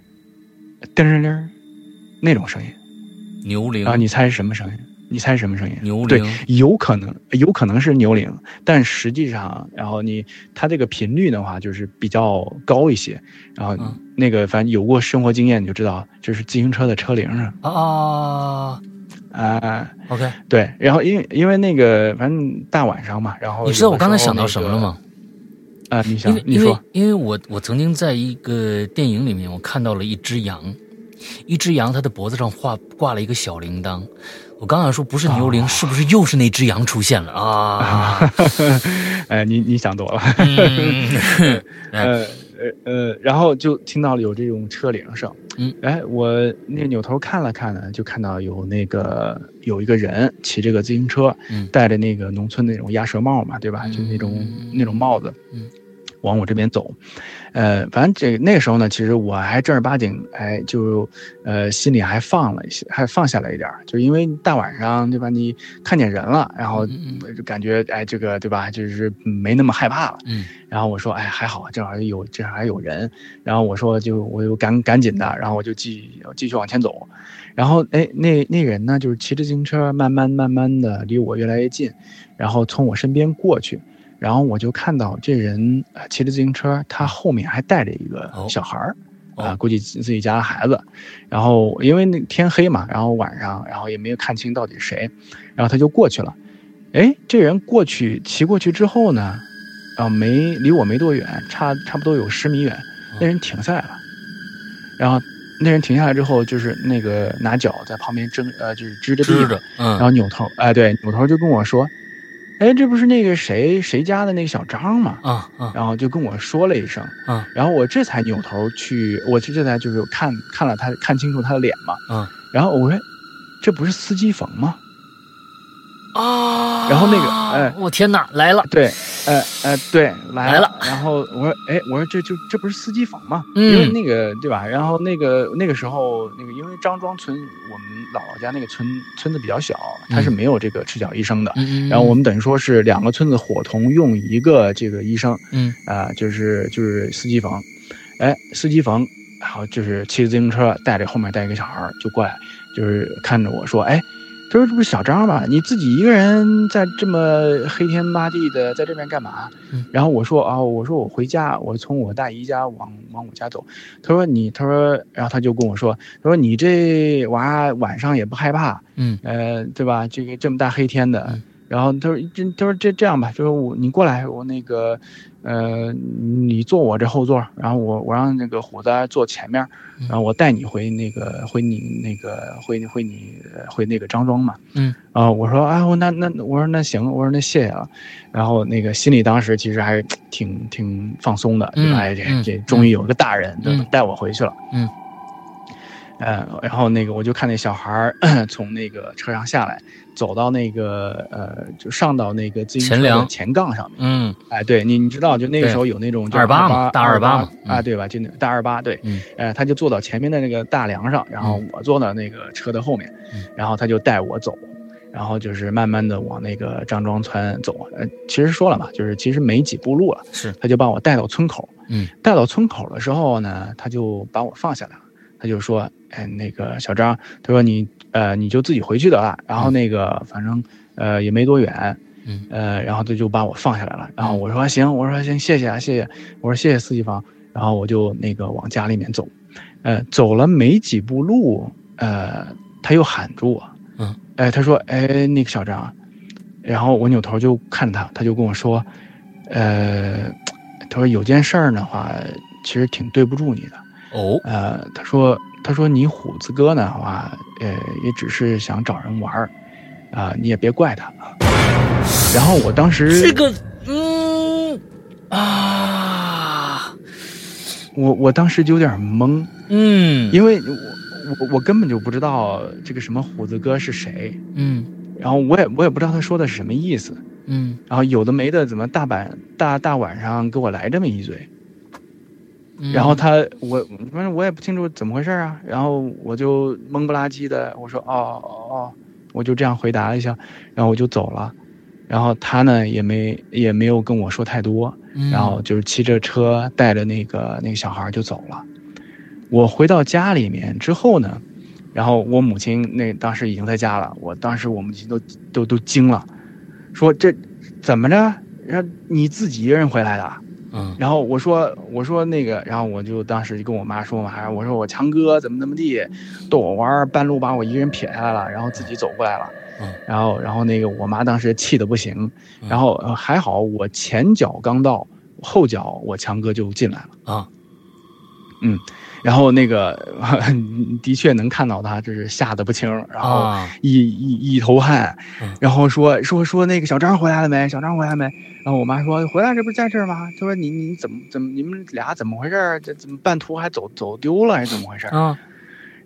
噔噔噔，那种声音。
牛铃
然后你猜是什么声音？你猜是什么声音？
牛
对
铃，
有可能，有可能是牛铃，但实际上，然后你它这个频率的话，就是比较高一些。然后
嗯
啊那个，反正有过生活经验，你就知道，就是自行车的车铃上，
啊，
啊、
OK，
对，然后因为因为那个反正大晚上嘛，然后
你知道我刚才
有的时
想到
候
什么了吗？
那个？啊、你
因
想
为，
你
因为
说，
因为我我曾经在一个电影里面，我看到了一只羊，一只羊它的脖子上挂挂了一个小铃铛。我刚想说不是牛铃，是不是又是那只羊出现了啊？
哎，你你想多了，
嗯
呃呃呃，然后就听到了有这种车铃声，
嗯，
哎，我那个扭头看了看呢，就看到有那个有一个人骑这个自行车，
嗯
戴着那个农村那种鸭舌帽嘛，对吧？
嗯
就那种
嗯
那种帽子，
嗯，
往我这边走，呃，反正这那个时候呢，其实我还正儿八经，哎，就呃心里还放了一些，还放下来一点儿，就因为大晚上对吧？你看见人了，然后
嗯
就感觉哎这个对吧？就是没那么害怕了。
嗯
然后我说，哎，还好，正好有正好还有人。然后我说就，我就赶赶紧的，然后我就继继续往前走。然后哎，那那人呢，就是骑着自行车，慢慢慢慢的离我越来越近，然后从我身边过去。然后我就看到这人呃骑着自行车，他后面还带着一个
哦
小孩儿。
哦
啊，估计自自己家的孩子，然后因为那天黑嘛，然后晚上，然后也没有看清到底是谁，然后他就过去了。哎，这人过去骑过去之后呢，啊，没离我没多远，差差不多有十米远，那人停下来了。然后那人停下来之后，就是那个拿脚在旁边挣，呃，就是支着地，
知道，嗯
然后扭头，哎、对，扭头就跟我说，哎，这不是那个谁谁家的那个小张吗？
啊啊
然后就跟我说了一声，
啊，
然后我这才扭头去，我这这才就是看看了他看清楚他的脸嘛，
啊，
然后我说，这不是司机冯吗？
啊！
然后那个哎
我天哪，来了，
对，呃呃，对，来
来了。
然后我说，哎，我说这就这不是司机房吗？
嗯
因为那个对吧？然后那个那个时候，那个因为张庄村，我们姥姥家那个村村子比较小，它是没有这个赤脚医生的。
嗯嗯嗯，
然后我们等于说是两个村子伙同用一个这个医生，
嗯
啊、就是就是司机房，哎，司机房，然后就是骑着自行车带着后面带一个小孩儿就过来，就是看着我说，哎，他说这不是小张吗？你自己一个人在这么黑天麻地的在这边干嘛？
嗯
然后我说啊、我说我回家，我从我大姨家往往我家走。他说你，他说，然后他就跟我说，他说你这娃晚上也不害怕，
嗯
呃，对吧？这个这么大黑天的，
嗯
然后他说这他说这这样吧，就是我你过来，我那个呃，你坐我这后座，然后我我让那个虎子坐前面，
嗯
然后我带你回那个回你那个回回你呃回那个张庄嘛。
嗯。
啊、我说啊，我那那我说那行，我说那谢谢了。然后那个心里当时其实还挺挺放松的，对吧？
嗯
哎，这
嗯
这终于有个大人对吧
嗯
带我回去了。
嗯。
呃，然后那个我就看那小孩儿从那个车上下来，走到那个呃，就上到那个自行
前
车的
梁
前杠上面。
嗯
哎，对你你知道，就那个
对
时候有那种就
二八
八
嘛大二八
八
嘛嗯
啊，对吧？就那大二八，对，
嗯
呃，他就坐到前面的那个大梁上，然后
嗯
我坐到那个车的后面，
嗯
然后他就带我走，然后就是慢慢的往那个张庄村走。呃，其实说了嘛，就是其实没几步路了，
是
他就把我带到村口，
嗯，
带到村口的时候呢，他就把我放下来了，他就说，哎，那个小张，他说你呃你就自己回去得了，然后
嗯
那个反正呃也没多远，
嗯
呃，然后他就把我放下来了。然后
嗯
我说行，我说行，谢谢啊，谢谢，我说谢谢司机房。然后我就那个往家里面走，呃，走了没几步路，呃，他又喊住我，
嗯，
哎，他说，哎，那个小张，然后我扭头就看他，他就跟我说，呃，他说有件事儿的话，其实挺对不住你的，
哦
呃，他说，他说你虎子哥呢，话，呃，也只是想找人玩儿，啊、你也别怪他啊。然后我当时，
这个嗯啊
我我当时就有点懵，
嗯
因为我我我根本就不知道这个什么虎子哥是谁，
嗯
然后我也我也不知道他说的是什么意思，
嗯
然后有的没的，怎么大晚大大晚上给我来这么一嘴，
嗯，
然后他我反正我也不清楚怎么回事啊，然后我就懵不拉几的，我说哦哦哦，我就这样回答了一下，然后我就走了。然后他呢也没也没有跟我说太多，
嗯
然后就是骑着车带着那个那个小孩儿就走了。我回到家里面之后呢，然后我母亲那当时已经在家了，我当时我母亲都都都惊了，说这怎么着？让你自己一个人回来的？啊
嗯
然后我说我说那个，然后我就当时就跟我妈说嘛，还我说我强哥怎么怎么地，逗我玩儿，半路把我一个人撇下来了，然后自己走过来了
嗯。
然后然后那个我妈当时气得不行，
嗯
然后呃还好我前脚刚到，后脚我强哥就进来了。嗯
啊，
然后那个 的确能看到他就是吓得不轻，然后
啊，
一一一头汗
嗯，
然后说说说那个小张回来了没？小张回来没？然后我妈说回来，这不是在这儿吗？她说你你怎么怎么你们俩怎么回事儿？这怎么半途还走走丢了还是怎么回事儿？
啊，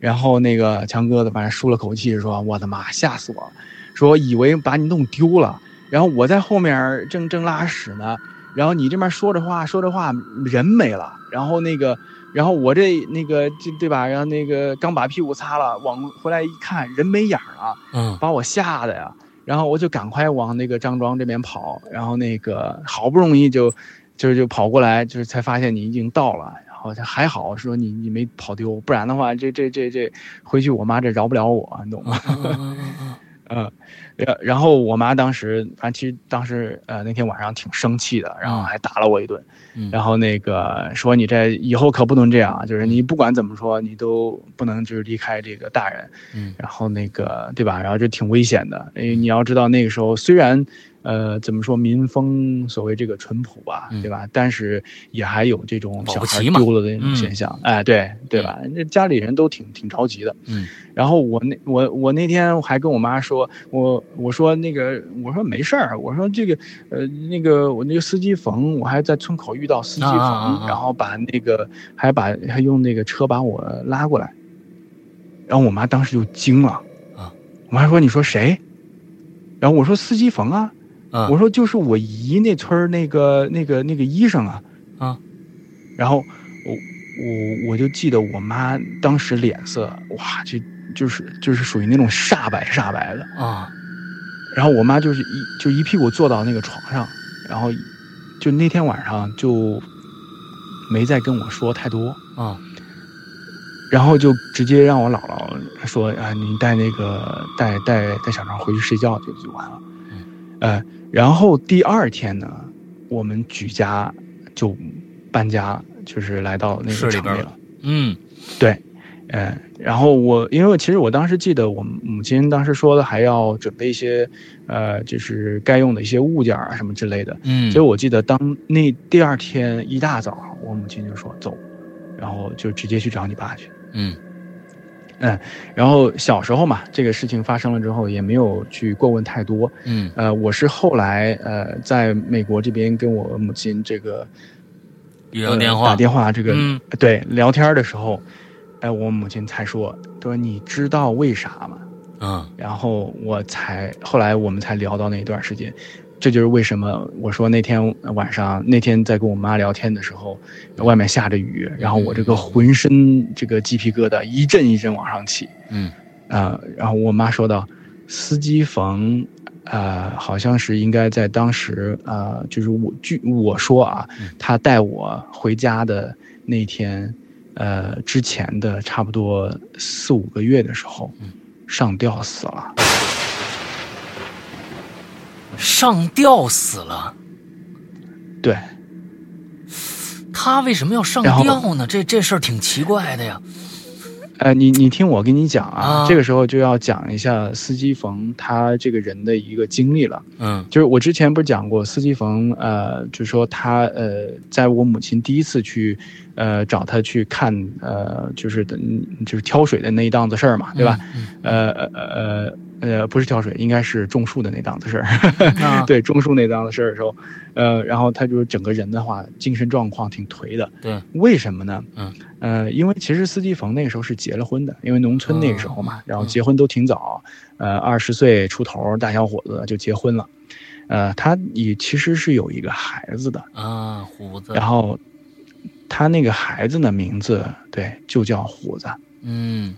然后那个强哥的反正舒了口气，说我的妈，吓死我了，说以为把你弄丢了，然后我在后面正正拉屎呢，然后你这边说着话说着话人没了，然后那个。然后我这那个这对吧？然后那个刚把屁股擦了，往回来一看，人没影儿了。
嗯
把我吓得呀，然后我就赶快往那个张庄这边跑，然后那个好不容易就，就是就跑过来，就是才发现你已经到了，然后他还好说你你没跑丢，不然的话这这这这回去我妈这饶不了我，你懂吗？
啊啊啊
嗯，然然后我妈当时，反正其实当时呃那天晚上挺生气的，然后还打了我一顿，
嗯，
然后那个说你这以后可不能这样，啊就是你不管怎么说，你都不能就是离开这个大人，
嗯
然后那个对吧？然后这挺危险的，因为你要知道那个时候虽然，呃，怎么说民风所谓这个淳朴吧，
嗯
对吧？但是也还有这种
保
小
不
孩
齐嘛
丢了的那种
嗯
现象，哎，对对吧？那家里人都挺挺着急的，
嗯
然后我那我我那天还跟我妈说，我我说那个我说没事儿，我说这个呃那个我那个司机冯，我还在村口遇到司机冯，
啊啊啊啊
然后把那个还把还用那个车把我拉过来，然后我妈当时就惊了，
啊，
我妈说你说谁？然后我说司机冯啊，
啊，
我说就是我姨那村儿那个那个那个医生啊，
啊，
然后我我我就记得我妈当时脸色，哇，就就是就是属于那种煞白煞白的，
啊
然后我妈就是一就一屁股坐到那个床上，然后就那天晚上就没再跟我说太多，
啊
然后就直接让我姥姥说啊，你带那个带带带小张回去睡觉就就完了。呃，然后第二天呢，我们举家就搬家，就是来到那
市
个
里
城
边
里
了
了。
嗯
呃，然后我因为我其实我当时记得我母亲当时说的还要准备一些，呃，就是该用的一些物件啊什么之类的。
嗯，
所以我记得当那第二天一大早，我母亲就说走，然后就直接去找你爸去。
嗯
然后小时候嘛，这个事情发生了之后也没有去过问太多。
嗯
呃，我是后来呃在美国这边跟我母亲这个
语
呃
音电话
打电话这个、
嗯
对聊天的时候，哎、我母亲才说，她说你知道为啥吗？
啊
然后我才后来我们才聊到那一段时间，这就是为什么我说那天晚上那天在跟我妈聊天的时候，外面下着雨，然后我
嗯
这个浑身这个鸡皮疙瘩一阵一阵往上起
嗯
啊、然后我妈说道，司机冯。呃，好像是应该在当时，呃，就是我据我说啊
嗯，
他带我回家的那天，呃，之前的差不多四五个月的时候
嗯，
上吊死了。
上吊死了，
对，
他为什么要上
然后
吊呢？这这事儿挺奇怪的呀。
呃，你你听我跟你讲啊，
啊
这个时候就要讲一下司机冯他这个人的一个经历了。
嗯
就是我之前不是讲过司机冯，呃，就是说他呃，在我母亲第一次去，呃，找他去看，呃，就是嗯就是挑水的那一档子事儿嘛，对吧？？
嗯
呃呃呃呃，不是挑水，应该是种树的那档子事儿。
啊
对，种树那档子事儿的时候，呃，然后他就是整个人的话，精神状况挺颓的。
对，
为什么呢？
嗯，
呃，因为其实司机冯那个时候是结了婚的，因为农村那个时候嘛，
嗯
然后结婚都挺早，呃，二十岁出头大小伙子就结婚了，呃，他也其实是有一个孩子的，
啊，胡子
然，后他那个孩子的名字对就叫虎子，
嗯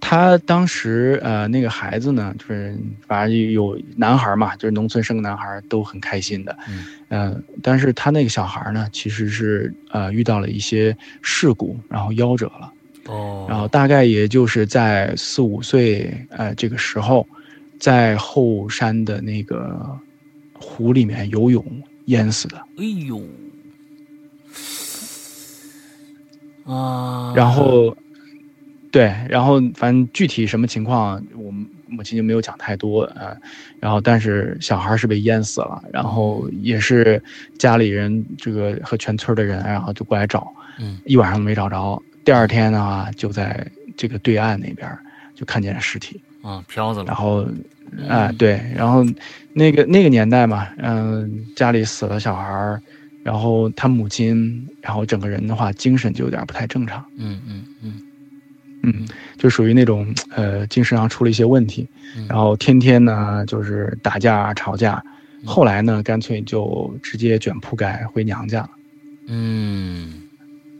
他当时呃那个孩子呢，就是反正有男孩嘛，就是农村生个男孩都很开心的，
嗯
呃，但是他那个小孩呢，其实是呃遇到了一些事故，然后夭折了。
哦，
然后大概也就是在四五岁呃这个时候，在后山的那个湖里面游泳淹死的。
哎呦，啊，
然后，对，然后反正具体什么情况，我母亲就没有讲太多啊、呃然后，但是小孩是被淹死了，然后也是家里人这个和全村的人，然后就过来找，
嗯，
一晚上都没找着。第二天的话，就在这个对岸那边儿就看见了尸体，
啊，飘子
然
了，
后啊、
嗯，
对，然后那个那个年代嘛，嗯、家里死了小孩儿，然后他母亲，然后整个人的话，精神就有点不太正常，
嗯嗯嗯
嗯，就属于那种呃精神上出了一些问题，
嗯，
然后天天呢就是打架啊吵架，
嗯
后来呢干脆就直接卷铺盖回娘家了
嗯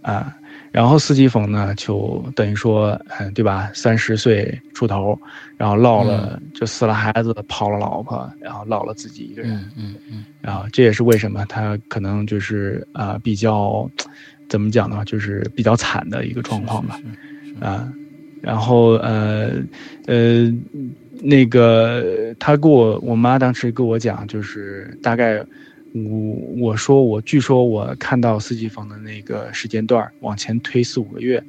啊、然后司机冯呢就等于说，嗯、对吧，三十岁出头，然后落了、
嗯
就死了孩子，跑了老婆，然后落了自己一个人。
嗯嗯嗯
啊，这也是为什么他可能就是啊、比较怎么讲呢，就是比较惨的一个状况吧
是是是
啊、然后呃呃那个他跟我我妈当时跟我讲，就是大概我我说我据说我看到四季风的那个时间段儿往前推四五个月，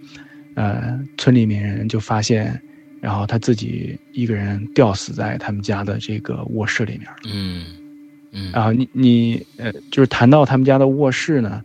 呃村里面人就发现。然后他自己一个人吊死在他们家的这个卧室里面了。
嗯嗯
啊，你你呃，就是谈到他们家的卧室呢，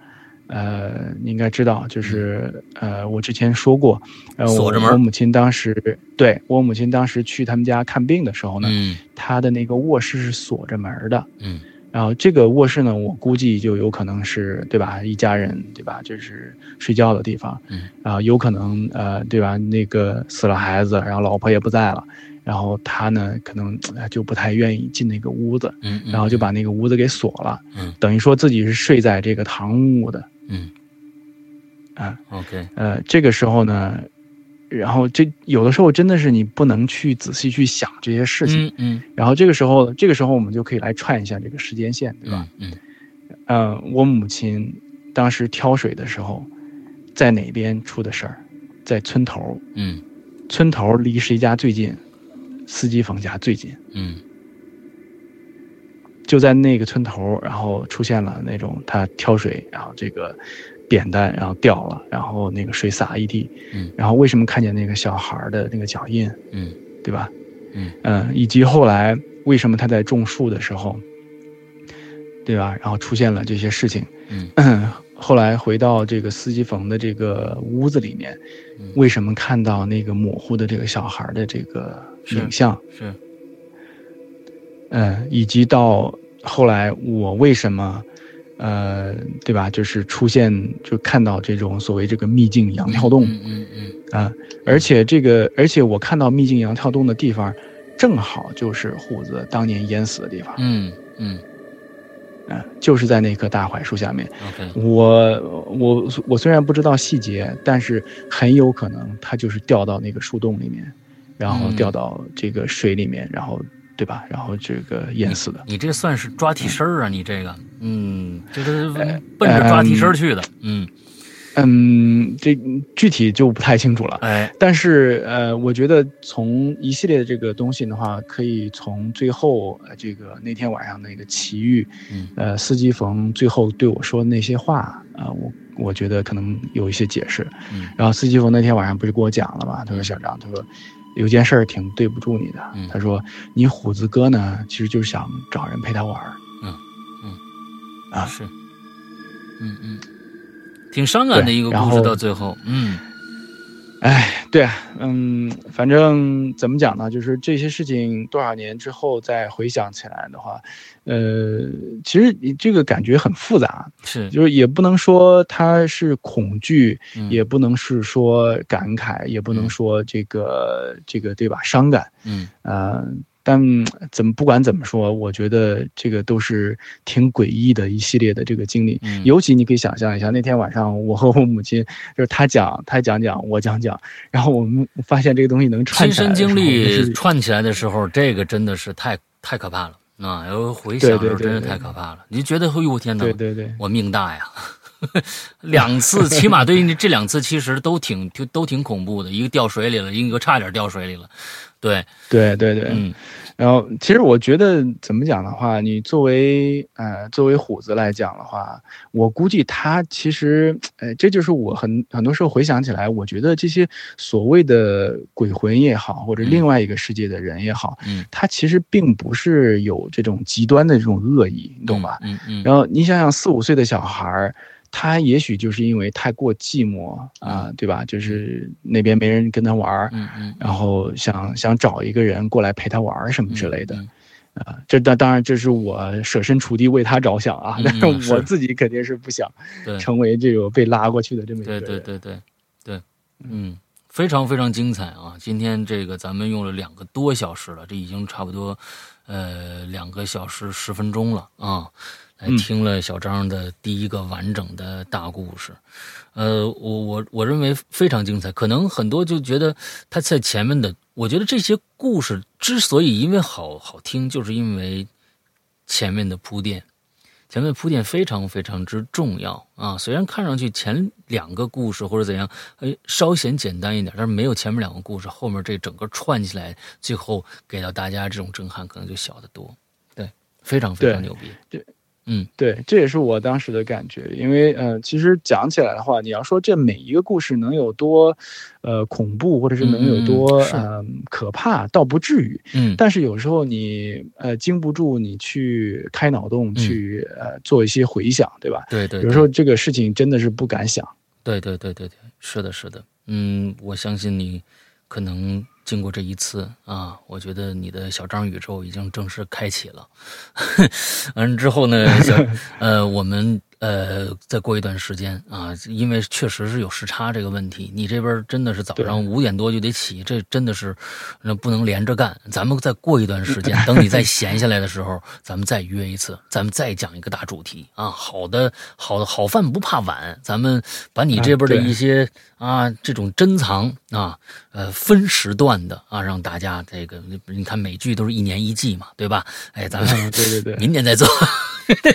呃，你应该知道，就是呃，我之前说过，呃，我
锁着门
我母亲当时对我母亲当时去他们家看病的时候呢，
嗯
她的那个卧室是锁着门儿的。
嗯
然后这个卧室呢，我估计就有可能是对吧，一家人对吧，就是睡觉的地方，
嗯，
啊、有可能呃对吧，那个死了孩子，然后老婆也不在了，然后他呢可能呃就不太愿意进那个屋子，
嗯，
然后就把那个屋子给锁了，
嗯
等于说自己是睡在这个堂屋的。
嗯
啊
，OK，
呃，这个时候呢，然后这有的时候真的是你不能去仔细去想这些事情。
嗯嗯
然后这个时候，这个时候我们就可以来串一下这个时间线，对吧？
嗯嗯
嗯、我母亲当时挑水的时候，在哪边出的事儿？在村头，
嗯
村头离谁家最近？司机冯家最近，
嗯
就在那个村头，然后出现了那种他挑水，然后这个扁担，然后掉了，然后那个水洒一地，
嗯
然后为什么看见那个小孩儿的那个脚印，
嗯
对吧？呃
嗯
以及后来为什么他在种树的时候，对吧？然后出现了这些事情，
嗯
后来回到这个司机冯的这个屋子里面
嗯，
为什么看到那个模糊的这个小孩儿的这个
是
影像？
是
嗯，以及到后来我为什么，呃，对吧？就是出现就看到这种所谓这个秘境羊跳洞啊、
嗯嗯
而且这个而且我看到秘境羊跳洞的地方，正好就是虎子当年淹死的地方，
嗯嗯
嗯、就是在那棵大槐树下面。
，OK，
我我我虽然不知道细节，但是很有可能他就是掉到那个树洞里面，然后
嗯
掉到这个水里面，然后对吧？然后这个淹死的。
你这算是抓替身儿啊，你这个，嗯，这是奔着抓替身儿去的，嗯，
嗯，这具体就不太清楚了。
哎，
但是呃，我觉得从一系列的这个东西的话，可以从最后呃这个那天晚上那个奇遇，
嗯
呃，司机冯最后对我说那些话啊、我我觉得可能有一些解释。
嗯
然后司机冯那天晚上不是跟我讲了嘛，他说小张，他说有件事儿挺对不住你的，
嗯
他说你虎子哥呢，其实就是想找人陪他
嗯
玩儿。
是，嗯嗯，挺伤感的一个故事，到最后，嗯
哎，对啊，嗯，反正怎么讲呢，就是这些事情多少年之后再回想起来的话，呃，其实你这个感觉很复杂，
是，
就是也不能说它是恐惧，
嗯
也不能是说感慨，也不能
嗯
说这个这个对吧，伤感，
嗯
呃，但嗯怎么不管怎么说，我觉得这个都是挺诡异的一系列的这个经历。
嗯
尤其你可以想象一下，那天晚上我和我母亲，就是她讲，她讲讲，我讲讲，然后我们发现这个东西能串
亲
起来
身
的时候
经
就是
历串起来的时候，这个真的是太太可怕了。啊，有回想的时候真是太可怕了。你觉得，哎呦，我天哪
对，对对，
我命大呀！ 两次，起码对于你这两次，其实都挺就都挺恐怖的。一个掉水里了，一个差点掉水里了，对，
对对对，
嗯
然后其实我觉得怎么讲的话，你作为呃作为虎子来讲的话，我估计他其实呃这就是我很很多时候回想起来，我觉得这些所谓的鬼魂也好，或者另外一个世界的人也好，
嗯，
他其实并不是有这种极端的这种恶意，你懂吧？
嗯嗯，
然后你想想，四五岁的小孩儿，他也许就是因为太过寂寞啊、对吧？就是那边没人跟他玩儿，
嗯嗯，
然后想想找一个人过来陪他玩儿什么之类的
嗯
啊、这当当然这是我设身处地为他着想啊，
嗯嗯
但是我
是
自己肯定是不想
对
成为这种被拉过去的这么一个
对
人。
对对对对，嗯，非常非常精彩啊！今天这个咱们用了两个多小时了，这已经差不多呃两个小时十分钟了啊。来
嗯
听了小张的第一个完整的大故事，呃，我我我认为非常精彩。可能很多就觉得他在前面的，我觉得这些故事之所以因为好好听，就是因为前面的铺垫，前面铺垫非常非常之重要啊。虽然看上去前两个故事或者怎样，哎，稍显简单一点，但是没有前面两个故事，后面这整个串起来，最后给到大家这种震撼，可能就小得多。对，非常非常
对
牛逼。
对，这也是我当时的感觉，因为呃，其实讲起来的话，你要说这每一个故事能有多，呃，恐怖或者是能有
嗯
多
嗯是
呃可怕，倒不至于。
嗯，
但是有时候你呃经不住你去开脑洞去、呃做一些回想，对吧？
对嗯对对
有时候这个事情真的是不 敢想。
对对对对对，是的，是的，嗯，我相信你可能经过这一次啊，我觉得你的小张宇宙已经正式开启了。 完之后呢， 小呃，我们呃再过一段时间啊，因为确实是有时差这个问题，你这边真的是早上五点多就得起，这真的是那不能连着干。咱们再过一段时 间，等你再闲下来的时候，咱们再约一次，咱们再讲一个大主题啊。好的，好的，好饭不怕晚，咱们把你这边的
啊对
一些啊这种珍藏啊，呃分时段的啊，让大家这个你看美剧都是一年一季嘛，对吧？哎，咱们
嗯对对对
明年再做。
呃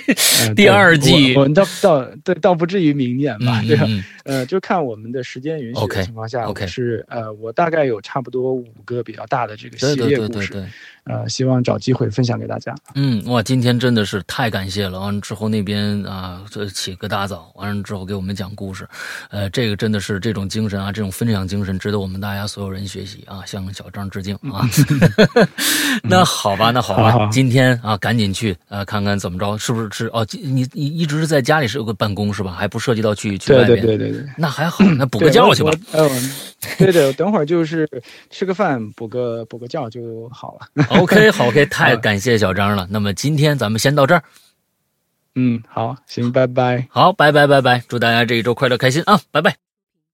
第
对
二季
我我们倒倒对倒不至于明年吧，
嗯
对吧？
嗯
呃，就看我们的时间允许
OK，
的情况下
OK
我是呃，我大概有差不多五个比较大的这个系
对对
列
对
故
对
事，
对，
呃，希望找机会分享给大家。
嗯，哇，今天真的是太感谢了。完了之后那边啊，这起个大早，完了之后给我们讲故事，呃，这个真的是这种精神啊，这种分享精神，值得我们大家所有人学习啊，向小张致敬啊。 那好吧，那好吧，
嗯好好
今天啊，赶紧去呃看看怎么着，是不是是哦？你你一直是在家里是有个办公是吧？还不涉及到去去外
对
面。
对对对对。
那还 好，那补
对
个觉
我
去吧
我。嗯、 对对，等会儿就是吃个饭，补个补个觉就好了。
OK，好，OK，太 感谢小张了。那么今天咱们先到这儿，
嗯，好，行，拜拜。
好，拜拜拜拜，祝大家这一周快乐开心啊，拜拜。